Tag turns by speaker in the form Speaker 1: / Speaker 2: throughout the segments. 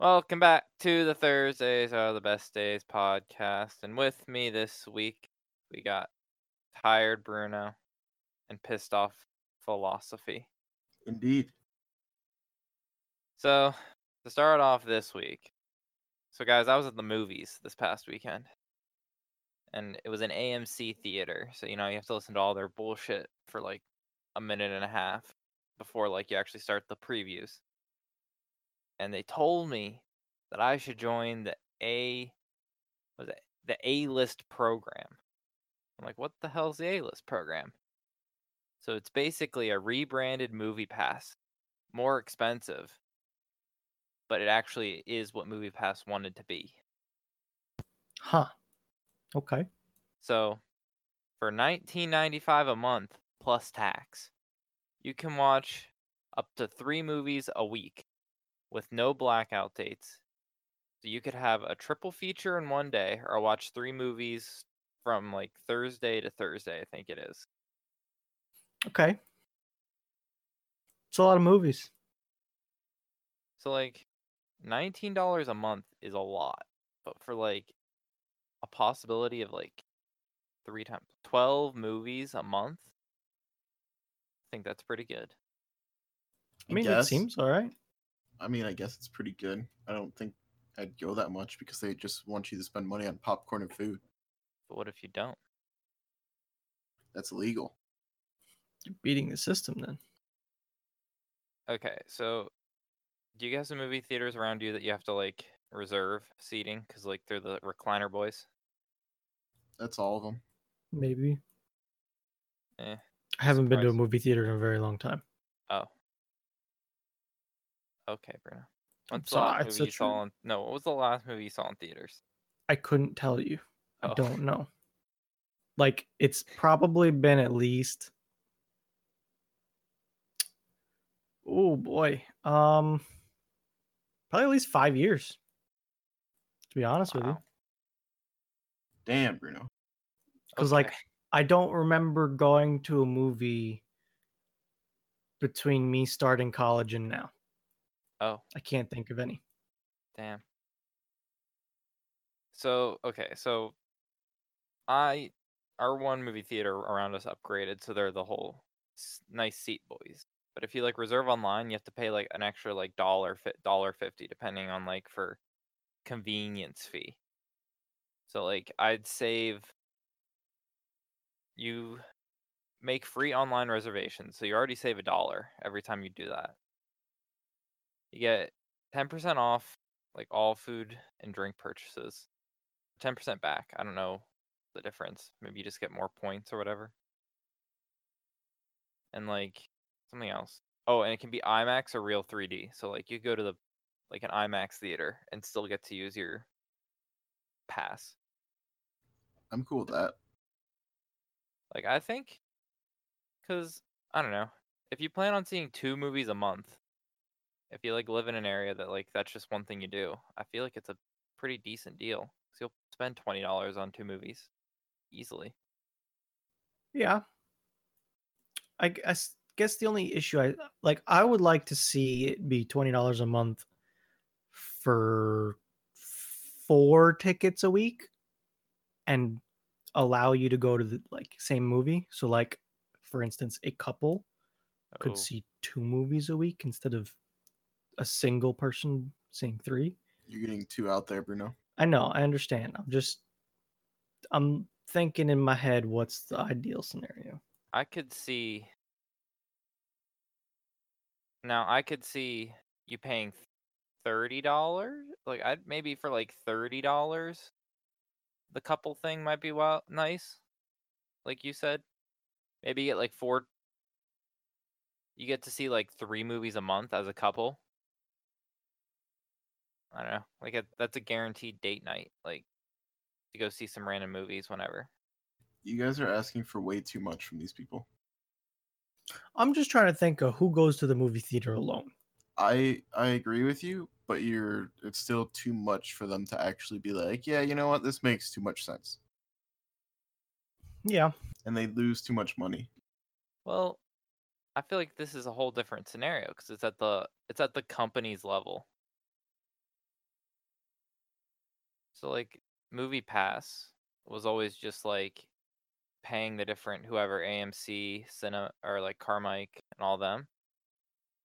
Speaker 1: Welcome back to the Thursdays are the best days podcast, and with me this week we got tired Bruno and pissed off philosophy.
Speaker 2: Indeed.
Speaker 1: So to start off this week, so guys, I was at the movies this past weekend, and it was an AMC theater. So you know you have to listen to all their bullshit for like a minute and a half before like you actually start the previews and they told me that I should join the A was it the A list program. I'm like, what the hell's the A list program? So it's basically a rebranded movie pass, more expensive, but it actually is what movie pass wanted to be.
Speaker 3: Huh. Okay.
Speaker 1: So for 19.95 a month plus tax, you can watch up to 3 movies a week with no blackout dates. So you could have a triple feature in one day or watch three movies from like Thursday to Thursday, I think it is.
Speaker 3: Okay. It's a lot of movies.
Speaker 1: So like $19 a month is a lot, but for like a possibility of like three times 12 movies a month, I think that's pretty good.
Speaker 3: I mean, it
Speaker 2: guess.
Speaker 3: seems all right.
Speaker 2: I mean, I guess it's pretty good. I don't think I'd go that much because they just want you to spend money on popcorn and food.
Speaker 1: But what if you don't?
Speaker 2: That's illegal.
Speaker 3: You're beating the system then.
Speaker 1: Okay, so do you guys have movie theaters around you that you have to like reserve seating cuz like they're the recliner boys?
Speaker 2: That's all of them.
Speaker 3: Maybe.
Speaker 1: Eh,
Speaker 3: I haven't been to a
Speaker 1: surprised.
Speaker 3: movie theater in a very long time.
Speaker 1: Oh. Okay, Bruno.
Speaker 3: I'm
Speaker 1: What's the last
Speaker 3: sorry,
Speaker 1: movie
Speaker 3: it's
Speaker 1: you
Speaker 3: the
Speaker 1: saw? In, no, what was the last movie you saw in theaters?
Speaker 3: I couldn't tell you.
Speaker 1: Oh.
Speaker 3: I don't know. Like it's probably been at least Oh boy. Um probably at least 5 years. To be honest with you.
Speaker 1: Wow.
Speaker 2: Damn, Bruno.
Speaker 3: Cuz like
Speaker 1: Okay.
Speaker 3: I don't remember going to a movie between me starting college and now.
Speaker 1: oh
Speaker 3: I can't think of any.
Speaker 1: damn. So okay, so I our one movie theater around us upgraded, so they're the whole s- nice seat boys. But if you like reserve online, you have to pay like an extra like dollar fit dollar fifty depending on like for convenience fee. So like I'd save you make free online reservations. So you already save a dollar every time you do that. You get 10% off like all food and drink purchases. 10% back. I don't know the difference. Maybe you just get more points or whatever. And like something else. Oh, and it can be IMAX or real 3D. So like you go to the like an IMAX theater and still get to use your pass.
Speaker 2: I'm cool with that.
Speaker 1: Like I think, because I don't know, if you plan on seeing two movies a month, if you like live in an area that like that's just one thing you do, I feel like it's a pretty decent deal. So you'll spend twenty dollars on two movies easily.
Speaker 3: Yeah. I, g- I s- guess the only issue I like, I would like to see it be $20 a month for four tickets a week and allow you to go to the like same movie. So like for instance, a couple could
Speaker 1: Oh,
Speaker 3: see two movies a week instead of a single person seeing three.
Speaker 2: You're getting two out there, Bruno.
Speaker 3: I know, I understand. I'm just I'm thinking in my head what's the ideal scenario.
Speaker 1: I could see. Now I could see you paying thirty dollars. Like I'd maybe for like thirty dollars, the couple thing might be well nice. Like you said, maybe you get like four. You get to see like three movies a month as a couple. I don't know. Like a, that's a guaranteed date night. Like to go see some random movies whenever.
Speaker 2: You guys are asking for way too much from these people.
Speaker 3: I'm just trying to think of who goes to the movie theater alone.
Speaker 2: I I agree with you, but you're it's still too much for them to actually be like, yeah, you know what, this makes too much sense,
Speaker 3: Yeah.
Speaker 2: and they lose too much money.
Speaker 1: Well, I feel like this is a whole different scenario because it's at the it's at the company's level. So like Movie Pass was always just like paying the different whoever AMC, Cinema or like Carmike and all them.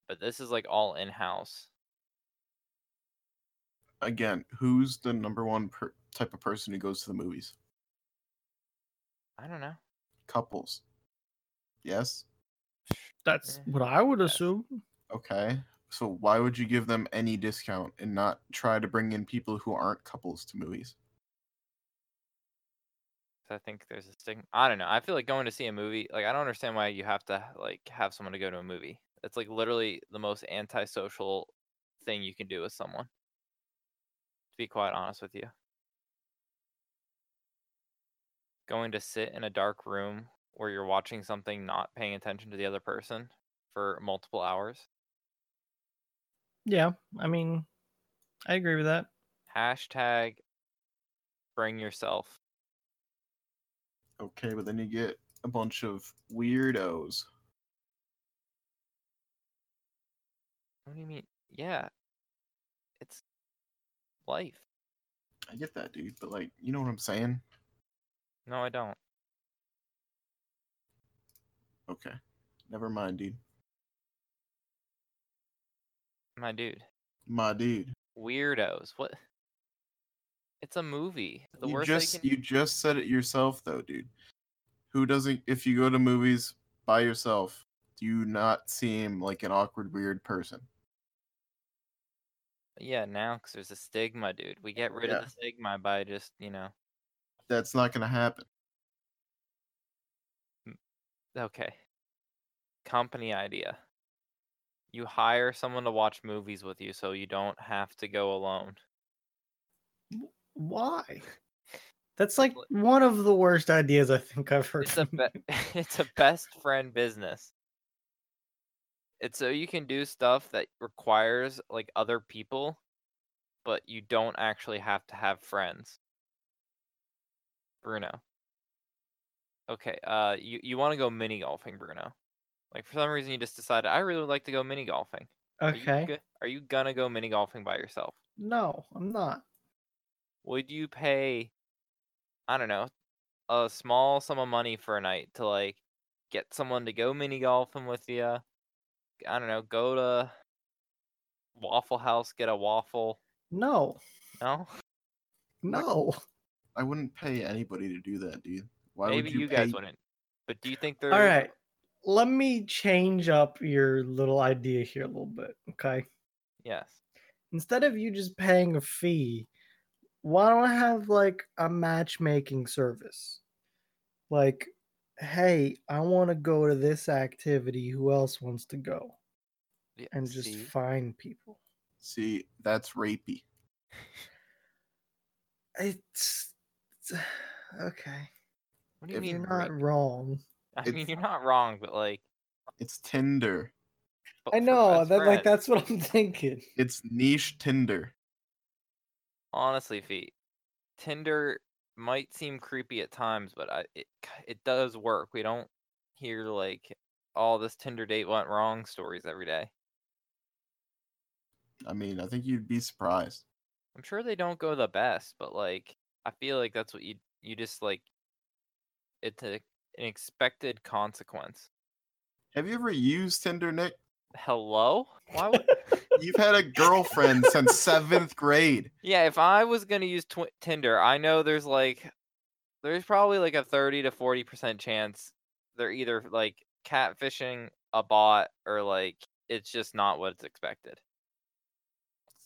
Speaker 1: But this is like all in house.
Speaker 2: Again, who's the number one per- type of person who goes to the movies?
Speaker 1: I don't know.
Speaker 2: Couples. Yes.
Speaker 3: That's
Speaker 1: Yeah.
Speaker 3: what I would
Speaker 1: Yes.
Speaker 3: assume.
Speaker 2: Okay. So why would you give them any discount and not try to bring in people who aren't couples to movies?
Speaker 1: 'Cause I think there's a stigma. I don't know. I feel like going to see a movie. Like I don't understand why you have to like have someone to go to a movie. It's like literally the most antisocial thing you can do with someone. To be quite honest with you, going to sit in a dark room where you're watching something, not paying attention to the other person for multiple hours.
Speaker 3: Yeah, I mean, I agree with that.
Speaker 1: Hashtag bring yourself.
Speaker 2: Okay, but then you get a bunch of weirdos.
Speaker 1: What do you mean? Yeah, it's life.
Speaker 2: I get that, dude, but like, you know what I'm saying?
Speaker 1: No, I don't.
Speaker 2: Okay. Never mind, dude.
Speaker 1: My dude.
Speaker 2: My dude.
Speaker 1: weirdos. What? It's a movie. The
Speaker 2: you
Speaker 1: worst
Speaker 2: just
Speaker 1: they can
Speaker 2: you just said it yourself though, dude. Who doesn't if you go to movies by yourself, do you not seem like an awkward weird person?
Speaker 1: yeah now because there's a stigma, dude. We get rid
Speaker 2: Yeah.
Speaker 1: of the stigma by just you know.
Speaker 2: That's not going to happen.
Speaker 1: Okay. Company idea. You hire someone to watch movies with you, so you don't have to go alone.
Speaker 3: Why? That's like one of the worst ideas I think I've heard.
Speaker 1: It's a
Speaker 3: from
Speaker 1: be- it's a best friend business. It's so you can do stuff that requires like other people, but you don't actually have to have friends. Bruno. Okay, uh you, you want to go mini golfing, Bruno. Like for some reason you just decided I really would like to go mini golfing. Are you
Speaker 3: Okay.
Speaker 1: go- are you gonna go mini golfing by yourself?
Speaker 3: No, I'm not.
Speaker 1: would you pay i don't know a small sum of money for a night to like get someone to go mini golfing with you i don't know go to waffle house get a waffle
Speaker 3: No.
Speaker 1: no
Speaker 3: No.
Speaker 2: I wouldn't pay anybody to do that, dude. Why
Speaker 1: maybe
Speaker 2: would
Speaker 1: you,
Speaker 2: you,
Speaker 1: guys
Speaker 2: pay-
Speaker 1: wouldn't but do you think they're
Speaker 3: All right. Let me change up your little idea here a little bit, okay?
Speaker 1: yes
Speaker 3: Instead of you just paying a fee, why don't I have like a matchmaking service? Like, hey, I want to go to this activity. Who else wants to go?
Speaker 1: Yeah,
Speaker 3: And just
Speaker 1: see?
Speaker 3: find people.
Speaker 2: See, that's rapey.
Speaker 3: It's, it's- okay.
Speaker 1: what do you
Speaker 2: if
Speaker 1: mean
Speaker 3: You're not
Speaker 1: rape?
Speaker 3: wrong.
Speaker 1: i
Speaker 2: it's-
Speaker 1: mean you're not wrong but like
Speaker 2: It's Tinder.
Speaker 1: but
Speaker 3: I
Speaker 1: Oh, for
Speaker 3: know
Speaker 1: best
Speaker 3: that like
Speaker 1: friends,
Speaker 3: that's what I'm thinking.
Speaker 2: It's niche Tinder.
Speaker 1: honestly feet tinder might seem creepy at times but I, it it does work we don't hear like all this tinder date went wrong stories every day
Speaker 2: I mean, I think you'd be surprised.
Speaker 1: i'm sure they don't go the best but like i feel like that's what you you just like it's a, an expected consequence
Speaker 2: Have you ever used Tinder, Nick?
Speaker 1: hello why would
Speaker 2: You've had a girlfriend since seventh grade.
Speaker 1: yeah if i was gonna use tw- tinder i know there's like there's probably like a 30 to 40 percent chance they're either like catfishing a bot or like it's just not what's expected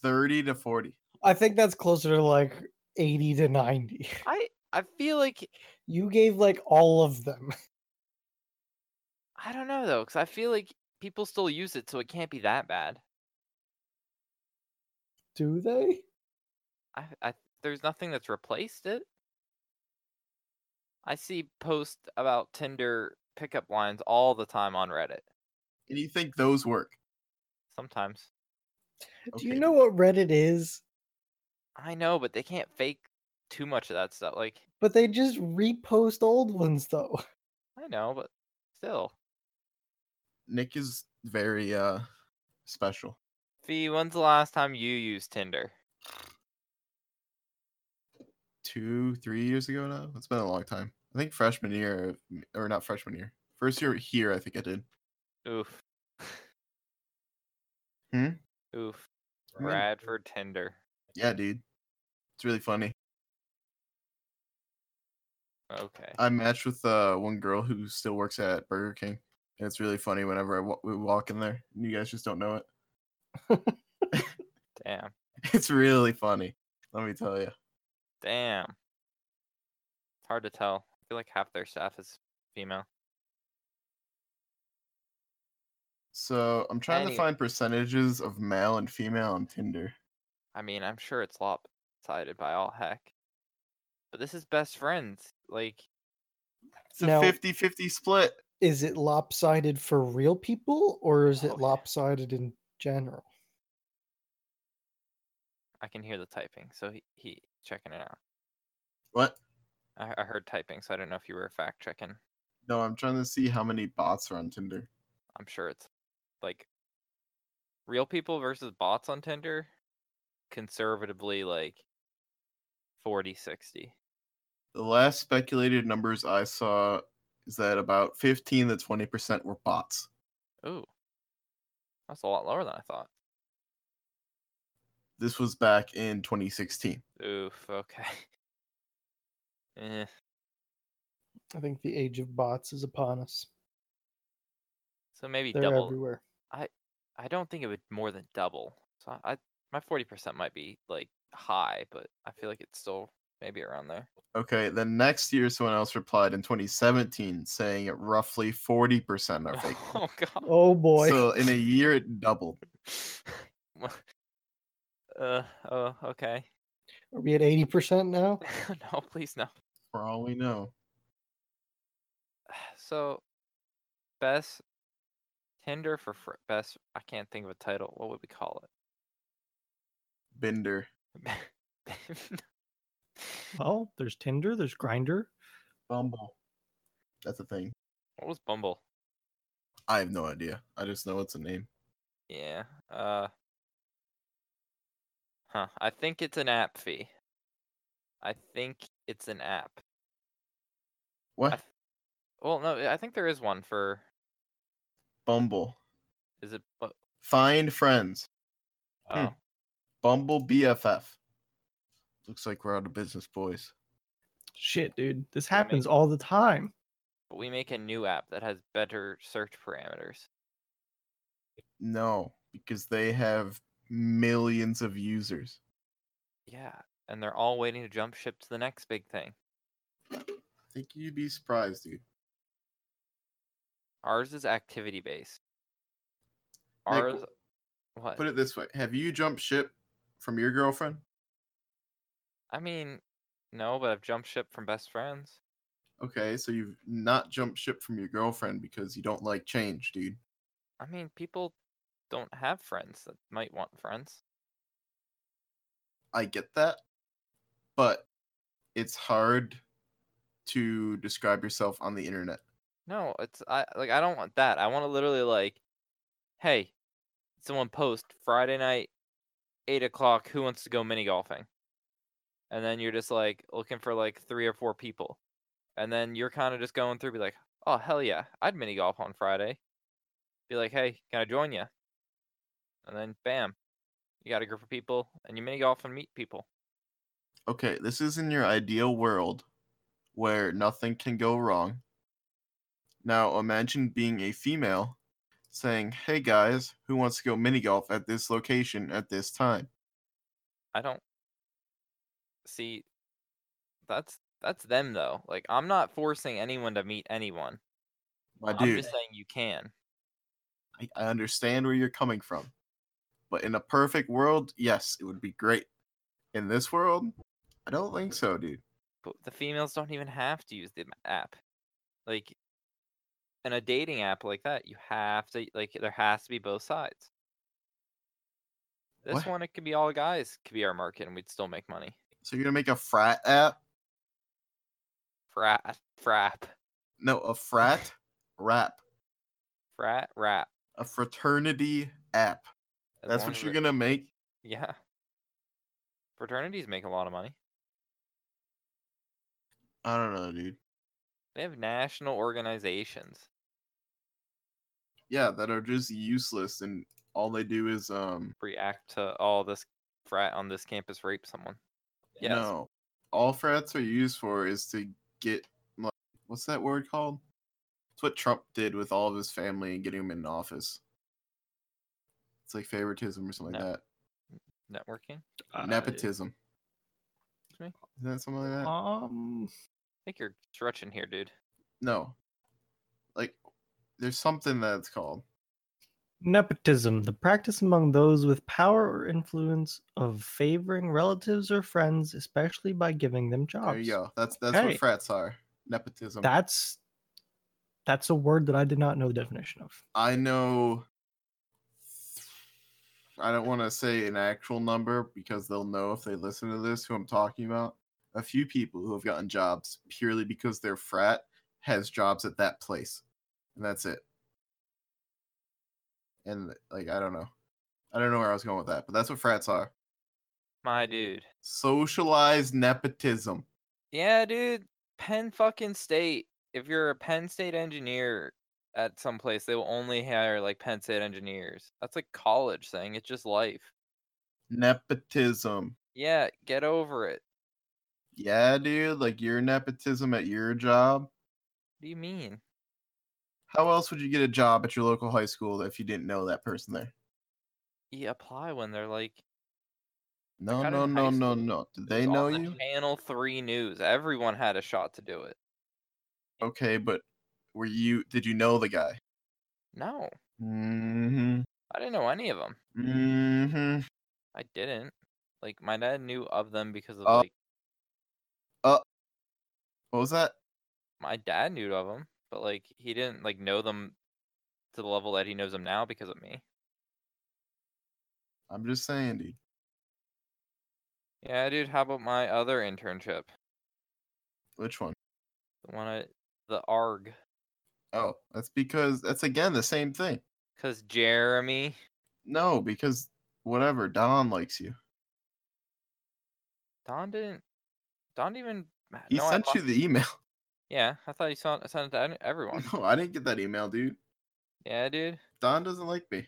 Speaker 2: 30 to 40.
Speaker 3: I think that's closer to like 80 to 90.
Speaker 1: i i feel like
Speaker 3: You gave like all of them.
Speaker 1: i don't know though because i feel like people still use it so it can't be that bad
Speaker 3: Do they?
Speaker 1: i, I there's nothing that's replaced it i see posts about tinder pickup lines all the time on reddit
Speaker 2: And you think those work?
Speaker 1: sometimes
Speaker 3: Do you
Speaker 2: Okay.
Speaker 3: know what Reddit is?
Speaker 1: i know but they can't fake too much of that stuff like
Speaker 3: But they just repost old ones though.
Speaker 1: I know, but still.
Speaker 2: Nick is very uh special.
Speaker 1: Fee, when's the last time you used Tinder?
Speaker 2: two, three years ago now. It's been a long time. I think freshman year, or not freshman year, first year here. I think I did.
Speaker 1: Oof.
Speaker 2: Hmm?
Speaker 1: Oof.
Speaker 2: Yeah.
Speaker 1: Bradford Tinder.
Speaker 2: Yeah, dude, it's really funny.
Speaker 1: Okay.
Speaker 2: I matched with uh, one girl who still works at Burger King, and it's really funny whenever I wa- we walk in there. And you guys just don't know it.
Speaker 1: Damn.
Speaker 2: It's really funny. Let me tell you.
Speaker 1: Damn. It's hard to tell. I feel like half their staff is female.
Speaker 2: So I'm trying
Speaker 1: Anyway.
Speaker 2: to find percentages of male and female on Tinder.
Speaker 1: I mean, I'm sure it's lopsided by all heck. But this is best friends. Like,
Speaker 2: It's a
Speaker 3: Now-
Speaker 2: 50-50 split.
Speaker 3: Is it lopsided for real people or is
Speaker 1: Oh,
Speaker 3: it
Speaker 1: yeah.
Speaker 3: lopsided in general?
Speaker 1: I can hear the typing, so he, he checking it out.
Speaker 2: What?
Speaker 1: I, I heard typing, so I don't know if you were fact checking.
Speaker 2: No, I'm trying to see how many bots are on Tinder.
Speaker 1: I'm sure it's like real people versus bots on Tinder, conservatively like 40 60.
Speaker 2: The last speculated numbers I saw is that about 15 to 20 percent were bots.
Speaker 1: Ooh, that's a lot lower than I thought.
Speaker 2: This was back in 2016.
Speaker 1: Oof, okay. Eh,
Speaker 3: I think the age of bots is upon us.
Speaker 1: so maybe
Speaker 3: They're
Speaker 1: double.
Speaker 3: everywhere.
Speaker 1: I don't think it would more than double. So I, my 40% might be like high, but I feel like it's still maybe around there.
Speaker 2: Okay, then next year someone else replied in 2017 saying that roughly 40 percent are fake.
Speaker 1: Oh, God.
Speaker 3: Oh boy.
Speaker 2: So in a year it doubled.
Speaker 1: uh, oh, okay.
Speaker 3: Are we at 80% now?
Speaker 1: no, please, no.
Speaker 2: For all we know,
Speaker 1: So, best Tinder for fr- best. I can't think of a title. What would we call
Speaker 2: Binder.
Speaker 1: it?
Speaker 3: Well, there's Tinder, there's Grinder.
Speaker 2: Bumble. That's a thing.
Speaker 1: what was Bumble?
Speaker 2: I have no idea. I just know it's a name.
Speaker 1: Yeah. Uh. Huh. I think it's an app fee. I think it's an app.
Speaker 2: What?
Speaker 1: I th- well, no, I think there is one for.
Speaker 2: Bumble.
Speaker 1: Is it? bu-
Speaker 2: Find friends. Hmm.
Speaker 1: Oh,
Speaker 2: Bumble BFF. Looks like we're out of business, boys.
Speaker 3: Shit, dude. This
Speaker 1: Yeah, I mean-
Speaker 3: happens all the time.
Speaker 1: but we make a new app that has better search parameters.
Speaker 2: No, because they have millions of users.
Speaker 1: Yeah, and they're all waiting to jump ship to the next big thing.
Speaker 2: I think you'd be surprised, dude.
Speaker 1: Ours is activity based.
Speaker 2: Nick,
Speaker 1: Ours, what?
Speaker 2: Put it this way: Have you jumped ship from your girlfriend?
Speaker 1: I mean, no, but I've jumped ship from best friends.
Speaker 2: Okay, so you've not jumped ship from your girlfriend because you don't like change, dude.
Speaker 1: I mean, people don't have friends that might want friends.
Speaker 2: I get that, but it's hard to describe yourself on the internet.
Speaker 1: No, it's I like I don't want that. I want to literally like, hey, someone post Friday night, eight o'clock. Who wants to go mini golfing? And then you're just like looking for like three or four people, and then you're kind of just going through, be like, oh hell yeah, I'd mini golf on Friday. Be like, hey, can I join you? And then bam, you got a group of people, and you mini golf and meet people.
Speaker 2: Okay, this is in your ideal world where nothing can go wrong. Now imagine being a female saying, Hey guys, who wants to go mini golf at this location at this time?
Speaker 1: I don't see that's that's them though. Like I'm not forcing anyone to meet anyone.
Speaker 2: My
Speaker 1: I'm
Speaker 2: dude,
Speaker 1: just saying you can.
Speaker 2: I, I understand where you're coming from. But in a perfect world, yes, it would be great. In this world, I don't think so, dude.
Speaker 1: But the females don't even have to use the app. Like in a dating app like that, you have to like there has to be both sides. This
Speaker 2: What?
Speaker 1: one it could be all guys could be our market and we'd still make money.
Speaker 2: So you're gonna make a frat app?
Speaker 1: Frat frap.
Speaker 2: No, a frat rap.
Speaker 1: Frat rap.
Speaker 2: A fraternity app.
Speaker 1: as
Speaker 2: That's
Speaker 1: long
Speaker 2: what
Speaker 1: as
Speaker 2: you're
Speaker 1: it-
Speaker 2: gonna make.
Speaker 1: Yeah. Fraternities make a lot of money.
Speaker 2: I don't know, dude.
Speaker 1: They have national organizations.
Speaker 2: Yeah, that are just useless and all they do is um
Speaker 1: React to all this frat on this campus rape someone. Yes.
Speaker 2: no. All frats are used for is to get like what's that word called? It's what Trump did with all of his family and getting him in office. It's like favoritism or something
Speaker 1: No.
Speaker 2: like
Speaker 1: Networking. I
Speaker 3: uh,
Speaker 2: that. Nepotism.
Speaker 1: Excuse me?
Speaker 2: Isn't that something like that?
Speaker 3: Um,
Speaker 1: think you're stretching here, dude.
Speaker 2: No. Like there's something that it's called.
Speaker 3: nepotism, the practice among those with power or influence of favoring relatives or friends, especially by giving them jobs.
Speaker 2: There you go. That's that's
Speaker 3: Okay.
Speaker 2: what frats are. Nepotism.
Speaker 3: That's that's a word that I did not know the definition of.
Speaker 2: I know. I don't want to say an actual number because they'll know if they listen to this who I'm talking about. A few people who have gotten jobs purely because their frat has jobs at that place, and that's it. And like I don't know, I don't know where I was going with that, but that's what frats are:
Speaker 1: My dude.
Speaker 2: socialized nepotism.
Speaker 1: Yeah, dude. Penn fucking State. If you're a Penn State engineer at some place, they will only hire like Penn State engineers. That's like college thing. It's just life.
Speaker 2: Nepotism.
Speaker 1: Yeah, get over it.
Speaker 2: Yeah, dude. Like your nepotism at your job.
Speaker 1: What do you mean?
Speaker 2: How else would you get a job at your local high school if you didn't know that person there?
Speaker 1: You E apply when they're like
Speaker 2: No,
Speaker 1: got
Speaker 2: no,
Speaker 1: in
Speaker 2: no,
Speaker 1: high
Speaker 2: no,
Speaker 1: school.
Speaker 2: no. Did they
Speaker 1: on
Speaker 2: know
Speaker 1: the
Speaker 2: you?
Speaker 1: Channel Three News. Everyone had a shot to do it.
Speaker 2: Okay, but were you? Did you know the guy?
Speaker 1: No,
Speaker 2: Mm-hmm.
Speaker 1: I didn't know any of them.
Speaker 2: Mm-hmm.
Speaker 1: I didn't. Like my dad knew of them because of
Speaker 2: Oh.
Speaker 1: like
Speaker 2: What was that?
Speaker 1: my dad knew of them, but like he didn't like know them to the level that he knows them now because of me.
Speaker 2: I'm just saying, dude.
Speaker 1: Yeah, dude. How about my other internship?
Speaker 2: Which one?
Speaker 1: The one I, the ARG,
Speaker 2: Oh, that's because that's again the same thing.
Speaker 1: cause Jeremy.
Speaker 2: No, because whatever. Don likes you.
Speaker 1: Don didn't. Don even. ma-
Speaker 2: He
Speaker 1: no, I
Speaker 2: sent you
Speaker 1: lost-
Speaker 2: the email.
Speaker 1: Yeah, I thought he sent sent it to any- everyone.
Speaker 2: no, I didn't get that email, dude.
Speaker 1: yeah, dude.
Speaker 2: Don doesn't like me.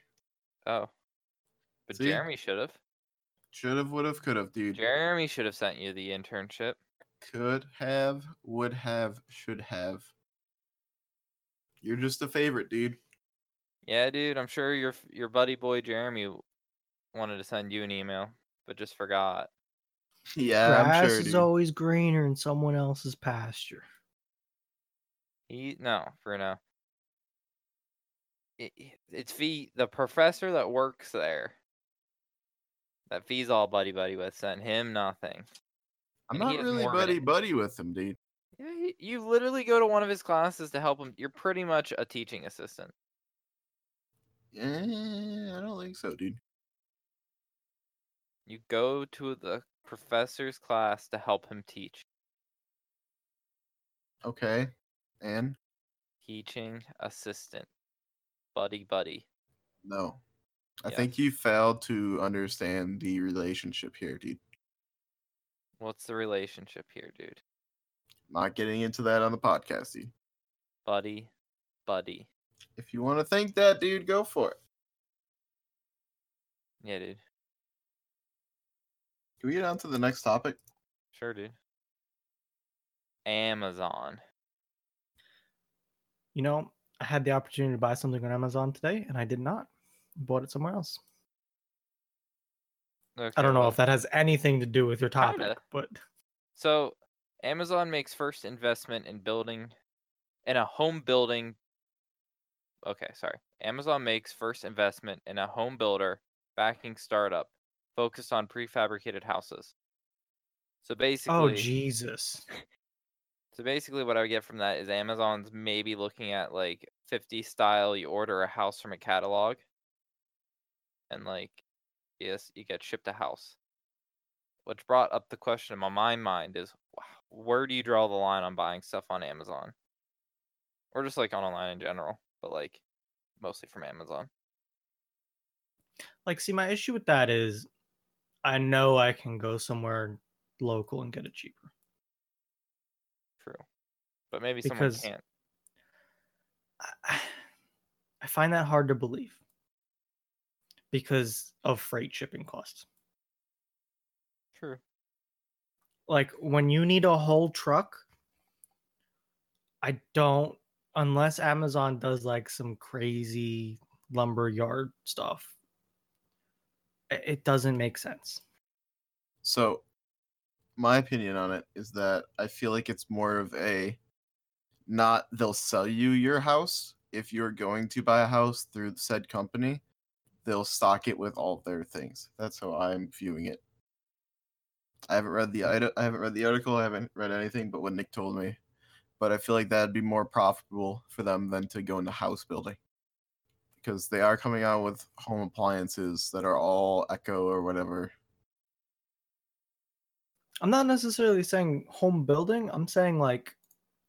Speaker 1: Oh, but
Speaker 2: See?
Speaker 1: Jeremy should have.
Speaker 2: Should have, would have, could have, dude.
Speaker 1: Jeremy should have sent you the internship.
Speaker 2: Could have, would have, should have. You're just a favorite, dude.
Speaker 1: Yeah, dude, I'm sure your f- your buddy boy Jeremy w- wanted to send you an email, but just forgot.
Speaker 2: Yeah,
Speaker 3: Grass is always greener in someone else's pasture.
Speaker 1: He no, Bruno. It, it- it's V, the professor that works there. That V's all buddy buddy with sent him nothing.
Speaker 2: I'm
Speaker 1: and he
Speaker 2: not
Speaker 1: is
Speaker 2: really
Speaker 1: Mormon.
Speaker 2: buddy buddy with him, dude.
Speaker 1: Yeah, y- you literally go to one of his classes to help him. You're pretty much a teaching assistant.
Speaker 2: Yeah, Eh, I don't think so, dude.
Speaker 1: You go to the professor's class to help him teach.
Speaker 2: Okay, and
Speaker 1: Teaching assistant. Buddy buddy.
Speaker 2: no, I
Speaker 1: Yeah.
Speaker 2: think you failed to understand the relationship here, dude.
Speaker 1: What's the relationship here, dude?
Speaker 2: Not getting into that on the podcast, dude.
Speaker 1: Buddy, buddy.
Speaker 2: If you want to think that, dude, go for it.
Speaker 1: Yeah, dude.
Speaker 2: Can we get on to the next topic?
Speaker 1: Sure, dude. Amazon.
Speaker 3: You know, I had the opportunity to buy something on Amazon today, and I did not. Bought it somewhere else. I
Speaker 1: Okay,
Speaker 3: don't know
Speaker 1: well,
Speaker 3: if that has anything to do with your topic,
Speaker 1: Kinda.
Speaker 3: but
Speaker 1: So, Amazon makes first investment in building, in a home building. Okay, sorry. Amazon makes first investment in a home builder backing startup focused on prefabricated houses. So basically,
Speaker 3: oh Jesus!
Speaker 1: So basically, what I would get from that is Amazon's maybe looking at like 50 style. You order a house from a catalog, and like, yes, you get shipped a house. Which brought up the question in my mind mind is wh- where do you draw the line on buying stuff on Amazon? Or just like on online in general, but like mostly from Amazon.
Speaker 3: Like, see, my issue with that is, I know I can go somewhere local and get it cheaper.
Speaker 1: True. but maybe
Speaker 3: Because-
Speaker 1: someone can't.
Speaker 3: I I find that hard to believe because of freight shipping costs.
Speaker 1: True.
Speaker 3: Like when you need a whole truck, I don't unless Amazon does like some crazy lumber yard stuff. i- It doesn't make sense.
Speaker 2: So, my opinion on it is that I feel like it's more of a not they'll sell you your house if you're going to buy a house through said company. They'll stock it with all their things. That's how I'm viewing it. I haven't read the ide- I haven't read the article. I haven't read anything but what Nick told me. But I feel like that'd be more profitable for them than to go into house building because they are coming out with home appliances that are all Echo or whatever
Speaker 3: I'm not necessarily saying home building. I'm saying like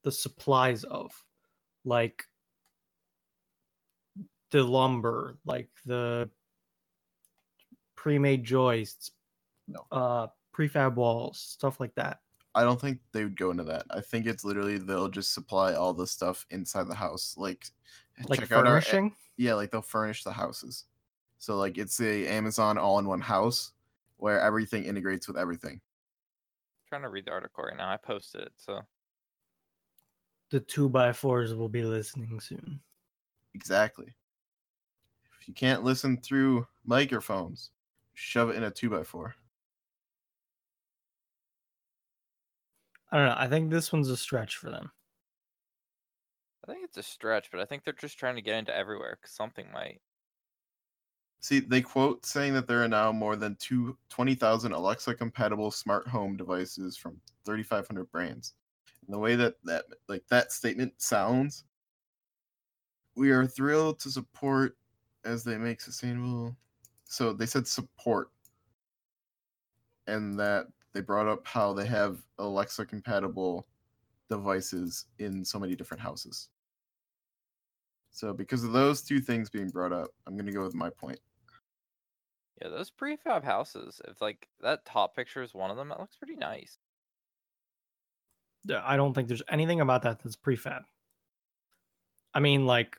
Speaker 3: the supplies of, like the lumber, like the pre-made joists,
Speaker 2: No.
Speaker 3: uh, prefab walls, stuff like that.
Speaker 2: I don't think they would go into that. I think it's literally they'll just supply all the stuff inside the house, like eh,
Speaker 3: Like
Speaker 2: check out our-
Speaker 3: furnishing.
Speaker 2: yeah, like they'll furnish the houses. So like it's a Amazon all-in-one house where everything integrates with everything.
Speaker 1: trying to read the article right now. I posted it, so
Speaker 3: the two by fours will be listening soon.
Speaker 2: Exactly. If you can't listen through microphones, shove it in a two by four.
Speaker 3: I don't know. I think this one's a stretch for them.
Speaker 1: I think it's a stretch, but I think they're just trying to get into everywhere because something might.
Speaker 2: See, they quote saying that there are now more than two- 20,000 Alexa compatible smart home devices from 3,500 brands. And the way that, that like that statement sounds, we are thrilled to support as they make sustainable. So they said support, and that they brought up how they have Alexa compatible devices in so many different houses. So because of those two things being brought up, I'm going to go with my point.
Speaker 1: Yeah, those prefab houses. If like that top picture is one of them, that looks pretty nice.
Speaker 3: Yeah, I don't think there's anything about that that's prefab. I mean, like,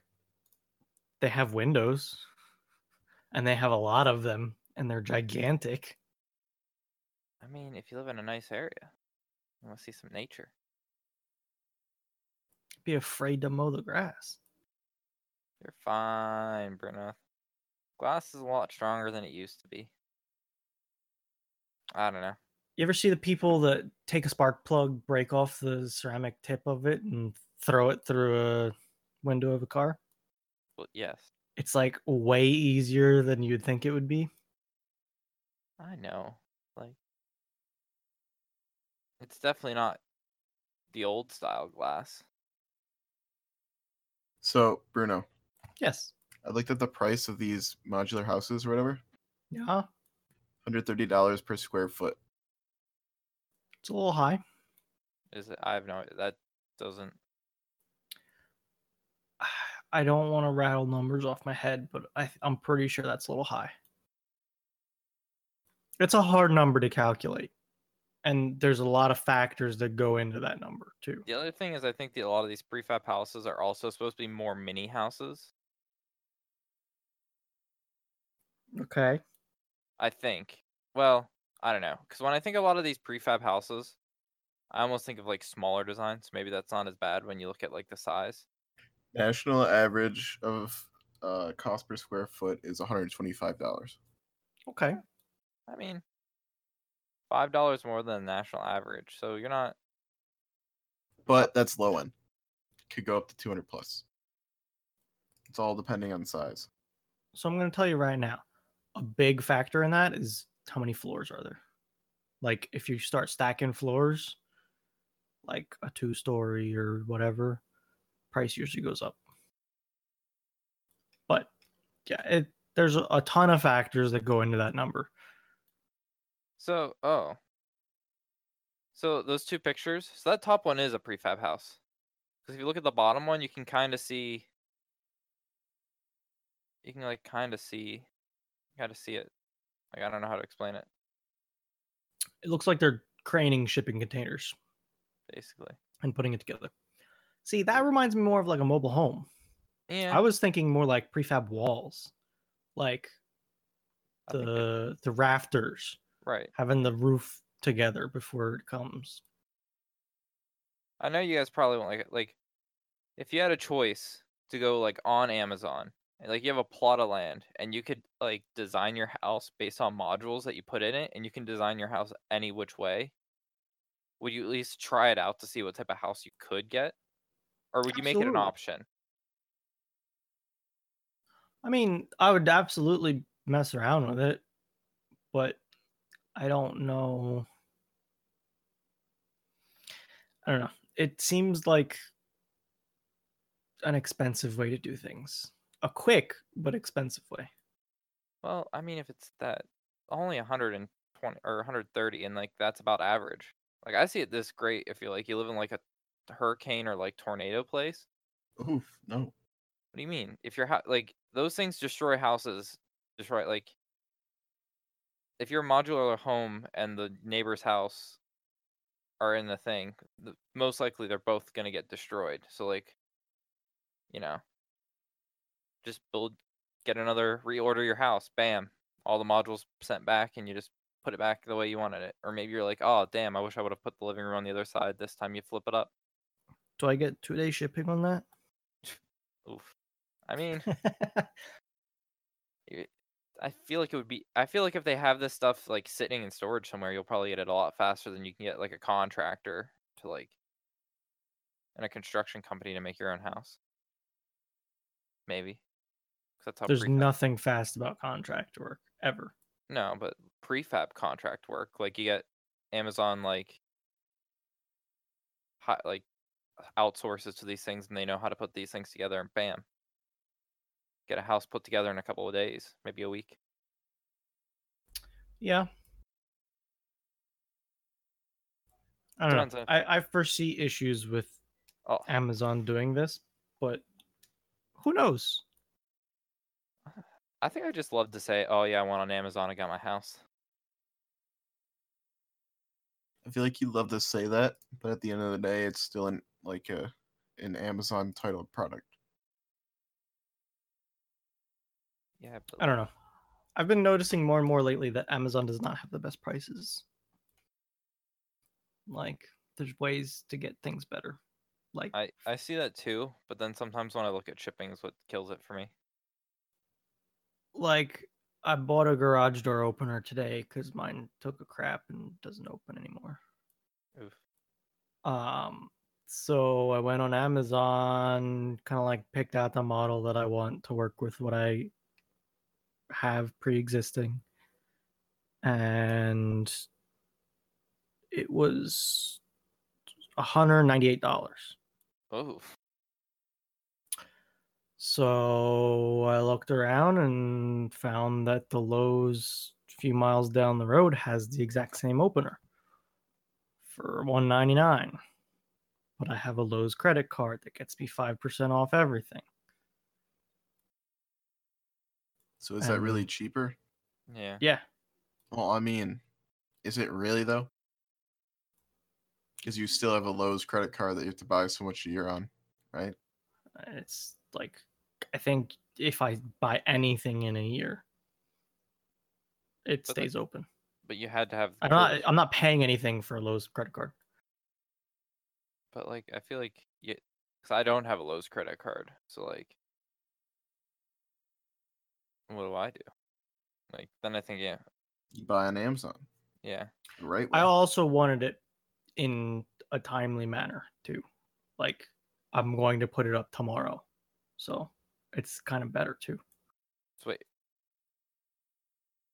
Speaker 3: they have windows and they have a lot of them and they're gigantic.
Speaker 1: I mean, if you live in a nice area, you want to see some nature.
Speaker 3: Be afraid to mow the grass.
Speaker 1: You're fine, Bruno. Glass is a lot stronger than it used to be. I don't know.
Speaker 3: You ever see the people that take a spark plug, break off the ceramic tip of it, and throw it through a window of a car?
Speaker 1: Well, yes,
Speaker 3: It's like way easier than you'd think it would be.
Speaker 1: I know. Like, it's definitely not the old style glass.
Speaker 2: So, Bruno,
Speaker 3: Yes.
Speaker 2: I looked at the price of these modular houses or whatever.
Speaker 3: Yeah.
Speaker 2: Hundred thirty dollars per square foot.
Speaker 3: It's a little high.
Speaker 1: Is it? I have no. That doesn't.
Speaker 3: I don't want to rattle numbers off my head, but I, I'm pretty sure that's a little high. It's a hard number to calculate, and there's a lot of factors that go into that number too.
Speaker 1: The other thing is, I think that a lot of these prefab houses are also supposed to be more mini houses.
Speaker 3: Okay.
Speaker 1: I think. Well, I don't know. Because when I think a lot of these prefab houses, I almost think of like smaller designs. Maybe that's not as bad when you look at like the size.
Speaker 2: National average of uh, cost per square foot is one hundred twenty-five dollars.
Speaker 3: Okay.
Speaker 1: I mean, five dollars more than the national average. So you're not.
Speaker 2: But that's low end. Could go up to two hundred plus. It's all depending on size.
Speaker 3: So I'm going to tell you right now a big factor in that is how many floors are there? Like, if you start stacking floors, like a two story or whatever, price usually goes up. But yeah, it, there's a, a ton of factors that go into that number.
Speaker 1: So oh. So those two pictures. So that top one is a prefab house. Because if you look at the bottom one, you can kind of see. You can like kind of see, kind of see it. Like I don't know how to explain it.
Speaker 3: It looks like they're craning shipping containers
Speaker 1: Basically.
Speaker 3: and putting it together. See, that reminds me more of like a mobile home.
Speaker 1: Yeah.
Speaker 3: I was thinking more like prefab walls, like
Speaker 1: I think that-
Speaker 3: the the rafters,
Speaker 1: right.
Speaker 3: having the roof together before it comes.
Speaker 1: I know you guys probably won't like it. Like, if you had a choice to go like on Amazon, and, like you have a plot of land, and you could like design your house based on modules that you put in it, and you can design your house any which way. Would you at least try it out to see what type of house you could get, or would you make it an
Speaker 3: Absolutely.
Speaker 1: option?
Speaker 3: I mean, I would absolutely mess around with it, but I don't know. I don't know. It seems like an expensive way to do things. A quick but expensive way.
Speaker 1: Well, I mean, if it's that only 120 or 130, and like that's about average. Like I see it this great if you like you live in like a hurricane or like tornado place.
Speaker 2: Oof, no.
Speaker 1: What do you mean? If your house, like those things destroy houses, destroy like if your modular home and the neighbor's house are in the thing, the, most likely they're both gonna get destroyed. So like, you know, just build, get another, reorder your house. Bam, all the modules sent back, and you just put it back the way you wanted it. Or maybe you're like, oh damn, I wish I would have put the living room on the other side. This time you flip it up.
Speaker 3: Do I get two day shipping on that?
Speaker 1: Oof. I mean. it- I feel like it would be. I feel like if they have this stuff like sitting in storage somewhere, you'll probably get it a lot faster than you can get like a contractor to like, and a construction company to make your own house. Maybe. 'Cause That's how
Speaker 3: There's
Speaker 1: prefab-
Speaker 3: nothing fast about contract work ever.
Speaker 1: no, but prefab contract work, like you get Amazon like, hot, like outsources to these things, and they know how to put these things together, and bam, get a house put together in a couple of days, maybe a week.
Speaker 3: Yeah. I don't
Speaker 1: Depends
Speaker 3: know.
Speaker 1: on-
Speaker 3: I, I foresee issues with
Speaker 1: Oh,
Speaker 3: Amazon doing this, but who knows?
Speaker 1: I think I just love to say, "Oh yeah, I went on Amazon. I got my house."
Speaker 2: I feel like you love to say that, but at the end of the day, it's still an like a an Amazon titled product.
Speaker 1: Yeah, but
Speaker 3: I don't know. I've been noticing more and more lately that Amazon does not have the best prices. Like, there's ways to get things better. Like,
Speaker 1: I I see that too, but then sometimes when I look at shipping, is what kills it for me.
Speaker 3: like I bought a garage door opener today because mine took a crap and doesn't open anymore.
Speaker 1: Oof.
Speaker 3: Um, so I went on Amazon, kind of like picked out the model that I want to work with what I have pre existing. And it was $198.
Speaker 1: Oh,
Speaker 3: So I looked around and found that the Lowe's a few miles down the road has the exact same opener for 199. But I have a Lowe's credit card that gets me 5% off everything.
Speaker 2: So is that really
Speaker 3: Um,
Speaker 2: cheaper?
Speaker 1: yeah.
Speaker 3: Yeah.
Speaker 2: Well, I mean, is it really though? Because you still have a Lowe's credit card that you have to buy so much a year on, right?
Speaker 3: It's like I think if I buy anything in a year, it
Speaker 1: But that-
Speaker 3: stays open.
Speaker 1: But you had to have.
Speaker 3: I'm not
Speaker 1: proof,
Speaker 3: I'm not paying anything for a Lowe's credit card.
Speaker 1: But like, I feel like you, because I don't have a Lowe's credit card, so like, what do I do? Like then I think yeah,
Speaker 2: You buy on Amazon,
Speaker 1: yeah.
Speaker 2: right?
Speaker 3: I also wanted it in a timely manner too. Like I'm going to put it up tomorrow. So it's kind of better too.
Speaker 1: So wait,